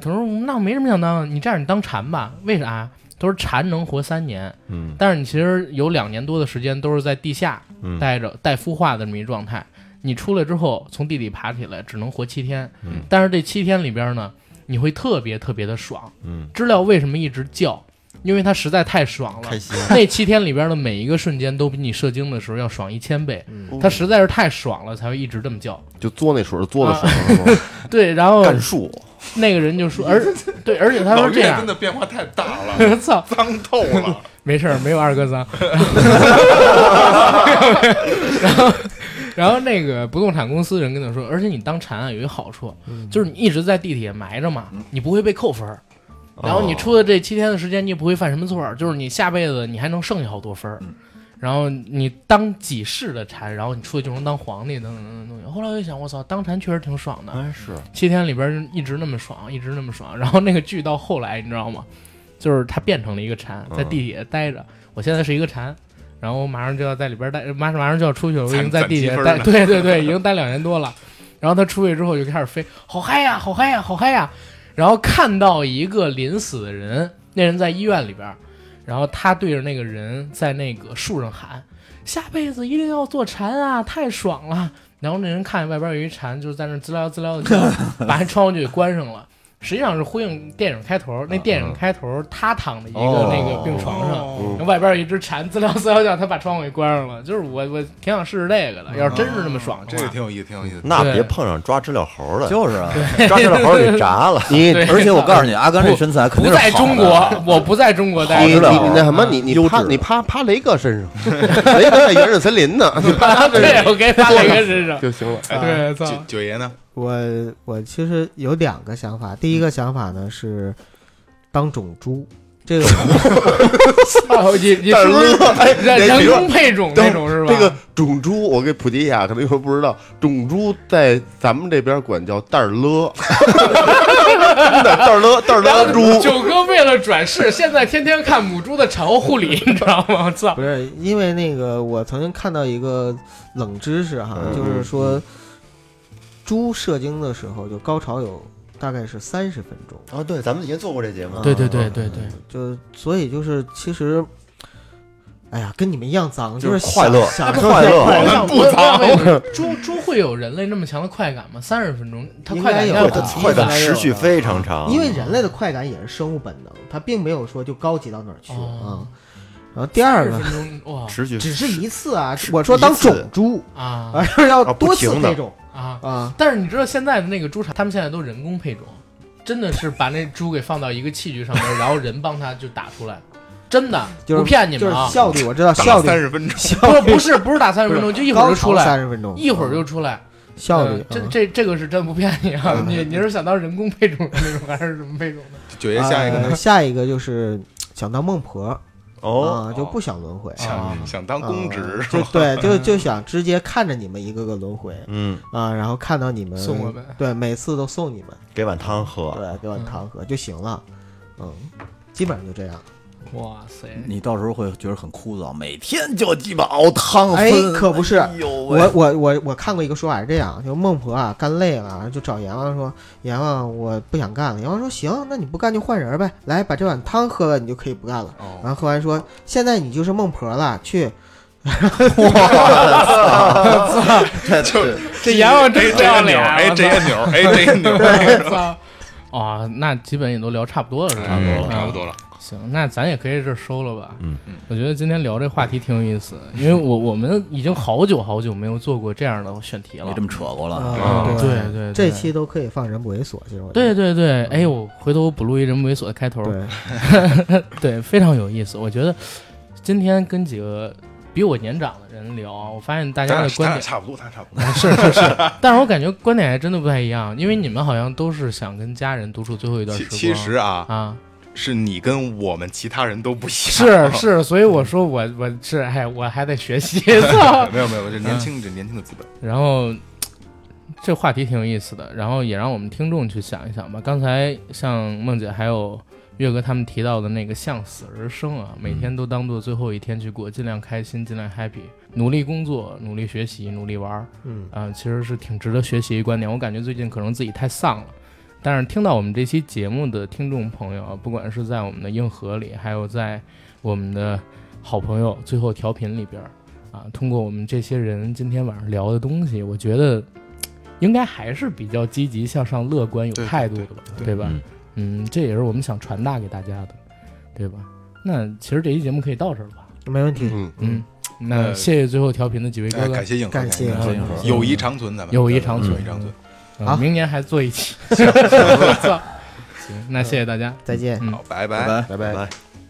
Speaker 3: 他说：“那我没什么想当，你这样你当蝉吧？为啥？”他说：“蝉能活三年，
Speaker 8: 嗯，
Speaker 3: 但是你其实有两年多的时间都是在地下
Speaker 8: 嗯
Speaker 3: 待着、待孵化的这么一状态。你出来之后，从地里爬起来只能活七天，但是这七天里边呢，你会特别特别的爽。
Speaker 8: 嗯，
Speaker 3: 知了为什么一直叫？因为它实在太爽了，
Speaker 8: 开心，
Speaker 3: 那七天里边的每一个瞬间都比你射精的时候要爽一千倍，它实在是太爽了，才会一直这么叫。
Speaker 6: 就嘬那水儿嘬的
Speaker 3: 啊
Speaker 6: 爽 是吗，
Speaker 3: 对，然后
Speaker 6: 干树，
Speaker 3: 那个人就说，而对，而且他
Speaker 5: 老
Speaker 3: 说这
Speaker 5: 岳
Speaker 3: 样
Speaker 5: 真，的变化太大了，
Speaker 3: 操，
Speaker 5: 脏透了。
Speaker 3: 没事儿，没有二哥脏。 然后，然后那个不动产公司人跟他说，而且你当蝉啊有一好处，就是你一直在地铁埋着嘛，
Speaker 6: 嗯
Speaker 3: 你不会被扣分儿。
Speaker 6: 哦
Speaker 3: 然后你出了这七天的时间，你也不会犯什么错儿，就是你下辈子你还能剩下好多分儿。
Speaker 6: 嗯
Speaker 3: 然后你当几世的蝉，然后你出去就能当皇帝，等等等等东西。后来我就想，我操，当蝉确实挺爽的。
Speaker 8: 哎是，
Speaker 3: 七天里边一直那么爽，一直那么爽。然后那个剧到后来，你知道吗？就是他变成了一个蝉，
Speaker 5: 嗯
Speaker 3: 在地铁待着。我现在是一个蝉，然后我马上就要在里边待，马上马上就要出去了，我已经在地铁
Speaker 5: 攒积分
Speaker 3: 待，
Speaker 5: 呢
Speaker 3: 对对对，已经待两年多了。然后他出去之后就开始飞，好嗨呀，好嗨呀，好嗨呀！然后看到一个临死的人，那人在医院里边，然后他对着那个人在那个树上喊：“下辈子一定要做蝉啊，太爽了！”然后那人看见外边有一蝉，就是在那滋啦滋啦的叫，把那窗户就给关上了。实际上是呼应电影开头，那电影开头他躺在一个
Speaker 6: 哦，
Speaker 3: 那个病床上，然后外边有一只蝉滋啦滋啦叫，他把窗户给关上了。就是我我挺想试试这个的，要是真是那么爽
Speaker 5: 这
Speaker 3: 的
Speaker 5: 个
Speaker 3: 话，
Speaker 5: 挺有意思，挺有意思。
Speaker 8: 那
Speaker 3: 对
Speaker 8: 别碰上抓知了猴了，
Speaker 7: 就是啊。
Speaker 8: 抓知了猴给炸 了
Speaker 6: 你
Speaker 3: 对
Speaker 7: 而且我告诉你，阿甘这身材
Speaker 3: 不
Speaker 7: 肯定是
Speaker 3: 在
Speaker 7: 好的
Speaker 3: 中国，我不在中国待
Speaker 6: 你你
Speaker 3: 着。
Speaker 6: 你那什
Speaker 3: 啊
Speaker 6: 么，你你
Speaker 7: 优质
Speaker 6: 趴你趴趴雷哥身上， 雷哥在原始森林呢，你 趴他
Speaker 3: 啊
Speaker 6: 身
Speaker 3: 对，
Speaker 6: 上
Speaker 3: 我给发
Speaker 6: 哎
Speaker 3: 雷哥身上。
Speaker 6: 就行了。
Speaker 3: 对，操，
Speaker 5: 九九爷呢？
Speaker 4: 我我其实有两个想法，第一个想法呢是当种猪，这个
Speaker 3: 操你你是不是
Speaker 6: 哎，
Speaker 3: 人
Speaker 6: 哎
Speaker 3: 人
Speaker 6: 比如
Speaker 3: 工配种那种是吧？
Speaker 6: 这个种猪，我给普及一下，可能有人不知道，种猪在咱们这边管叫蛋儿勒，真的蛋儿勒蛋儿勒猪，
Speaker 3: 九哥为了转世，现在天天看母猪的产后护理， 你知道吗？操
Speaker 4: 不，是 因为那个我曾经看到一个冷知识哈，
Speaker 6: 嗯
Speaker 4: 就是说猪射精的时候，就高潮有大概是三十分钟，嗯
Speaker 8: 啊，对，咱们以前做过这节
Speaker 6: 啊
Speaker 8: 目，
Speaker 3: 对对对对对，
Speaker 4: 就所以就是其实，哎呀，跟你们一样脏，
Speaker 8: 就是快乐
Speaker 4: 想想
Speaker 8: 快 乐
Speaker 3: 我
Speaker 8: 我
Speaker 3: 想我想问，猪猪会有人类那么强的快感吗？三十分钟，它
Speaker 4: 应
Speaker 3: 快感
Speaker 4: 该有
Speaker 3: 应
Speaker 4: 的
Speaker 3: 该
Speaker 8: 它
Speaker 3: 很
Speaker 8: 快感
Speaker 4: 应该有
Speaker 8: 持续非常长，
Speaker 4: 因为人类的快感也是生物本能，它并没有说就高级到哪儿去啊、
Speaker 3: 哦
Speaker 4: 然后第二个
Speaker 3: 30分钟哇
Speaker 8: 持续
Speaker 4: 只是一次啊，我说当种猪
Speaker 3: 啊
Speaker 4: 啊，要
Speaker 8: 啊不
Speaker 4: 多次
Speaker 8: 停的
Speaker 4: 配种
Speaker 3: 啊！
Speaker 4: 啊，
Speaker 3: 但是你知道现在的那个猪场，他们现在都人工配种，真的是把那猪给放到一个器具上面，然后人帮它就打出来，真的
Speaker 4: 就是
Speaker 3: 不骗你
Speaker 4: 就
Speaker 3: 们
Speaker 4: 是
Speaker 3: 啊！
Speaker 4: 效率我知道
Speaker 5: 打
Speaker 4: 效
Speaker 5: 了
Speaker 4: 率
Speaker 5: 三十分钟，
Speaker 3: 不是不是不是打三十分钟，就一会儿就出来，
Speaker 4: 三十分钟，
Speaker 3: 一会儿就
Speaker 4: 嗯
Speaker 3: 出来。
Speaker 4: 效率
Speaker 3: 呃。这
Speaker 4: 嗯
Speaker 3: 这这个是真不骗你啊！你你是想当人工配种的那种，还是什么配种的？
Speaker 5: 九爷下一个
Speaker 4: 呃
Speaker 5: 呢？
Speaker 4: 下一个就是想当孟婆啊，
Speaker 8: 哦，
Speaker 4: 就不想轮回。
Speaker 3: 啊
Speaker 5: 想想当公职
Speaker 4: 啊
Speaker 5: 是
Speaker 4: 就
Speaker 5: 吗？
Speaker 4: 对， 就就想直接看着你们一个个轮回
Speaker 8: 嗯，
Speaker 4: 啊，然后看到你们
Speaker 3: 送我嗯们
Speaker 4: 对，每次都送你们，
Speaker 8: 给碗汤喝，
Speaker 4: 对，给我糖喝就行了，嗯，基本上就这样。
Speaker 3: 哇塞！
Speaker 7: 你到时候会觉得很枯燥，每天就鸡巴熬汤分
Speaker 4: 哎可不是
Speaker 7: 哎呦喂
Speaker 4: 我我我我看过一个说法是这样，就孟婆啊干累了，就找阎王说：“阎王，我不想干了。”阎王说：“行，那你不干就换人呗，来把这碗汤喝了，你就可以不干了。”
Speaker 5: 哦，
Speaker 4: 然后喝完说：“现在你就是孟婆了，去。
Speaker 7: 就
Speaker 3: 这阎王
Speaker 5: 哎
Speaker 3: 真不
Speaker 5: 这
Speaker 3: 要
Speaker 5: 按钮，
Speaker 3: 脸！
Speaker 5: 哎
Speaker 3: 我
Speaker 5: 这
Speaker 3: 操
Speaker 5: 按钮，哎这按钮，
Speaker 3: 我操！啊，那基本也都聊差不多了，是吧？
Speaker 5: 嗯
Speaker 3: 嗯
Speaker 5: 差不多了。
Speaker 3: 行，那咱也可以这儿收了吧。
Speaker 8: 嗯，
Speaker 3: 我觉得今天聊这话题挺有意思，因为我我们已经好久好久没有做过这样的选题了
Speaker 7: 没这。么扯过了。
Speaker 4: 啊
Speaker 3: 对对对，
Speaker 4: 这期都可以放人不猥琐，其实我觉
Speaker 3: 对
Speaker 4: 得
Speaker 3: 对对，哎呦，回头我补录一人不猥琐的开头，
Speaker 4: 对，
Speaker 3: 对，非常有意思。我觉得今天跟几个比我年长的人聊，啊我发现大
Speaker 5: 咱
Speaker 3: 家
Speaker 5: 俩
Speaker 3: 的
Speaker 5: 咱
Speaker 3: 观
Speaker 5: 俩
Speaker 3: 点
Speaker 5: 差不多，咱俩差不多。
Speaker 3: 是是是，但是我感觉观点还真的不太一样，因为你们好像都是想跟家人独处最后一段时
Speaker 5: 其
Speaker 3: 光。
Speaker 5: 其实啊，
Speaker 3: 啊，
Speaker 5: 是你跟我们其他人都不一
Speaker 3: 是
Speaker 5: 样。
Speaker 3: 是，所以我说我我是哎，我还得学习。操
Speaker 5: 没有没有，这年轻这年轻的资本。
Speaker 3: 然后这话题挺有意思的，然后也让我们听众去想一想吧。刚才像梦姐还有月哥他们提到的那个向死而生啊，每天都当做最后一天去过，尽量开心，尽量 happy，努力工作，努力学习，努力玩儿。
Speaker 4: 嗯，
Speaker 3: 啊、其实是挺值得学习一观点。我感觉最近可能自己太丧了，但是听到我们这期节目的听众朋友啊，不管是在我们的硬核里，还有在我们的好朋友最后调频里边儿啊，通过我们这些人今天晚上聊的东西，我觉得嘖应该还是比较积极向上、乐观、有
Speaker 5: 对
Speaker 3: 态度的吧，
Speaker 5: 对
Speaker 3: 吧
Speaker 8: 嗯？
Speaker 3: 嗯，这也是我们想传达给大家的，对吧？那其实这期节目可以到这儿了吧？
Speaker 4: 没问题。
Speaker 8: 嗯，
Speaker 3: 嗯，那
Speaker 5: 呃
Speaker 3: 谢谢最后调频的几位哥
Speaker 5: 哎，
Speaker 3: 哥
Speaker 5: 感，谢硬核，
Speaker 4: 感谢
Speaker 3: 嗯
Speaker 7: 谢硬核
Speaker 5: 友谊长存，咱们
Speaker 3: 友谊长存
Speaker 5: 友谊长存。
Speaker 3: 嗯
Speaker 4: 好
Speaker 3: 明年还 做一期。我操行，那谢谢大家。
Speaker 4: 再见。
Speaker 3: 嗯
Speaker 5: 好，拜
Speaker 7: 拜
Speaker 5: 拜。
Speaker 7: 拜。
Speaker 8: 拜拜。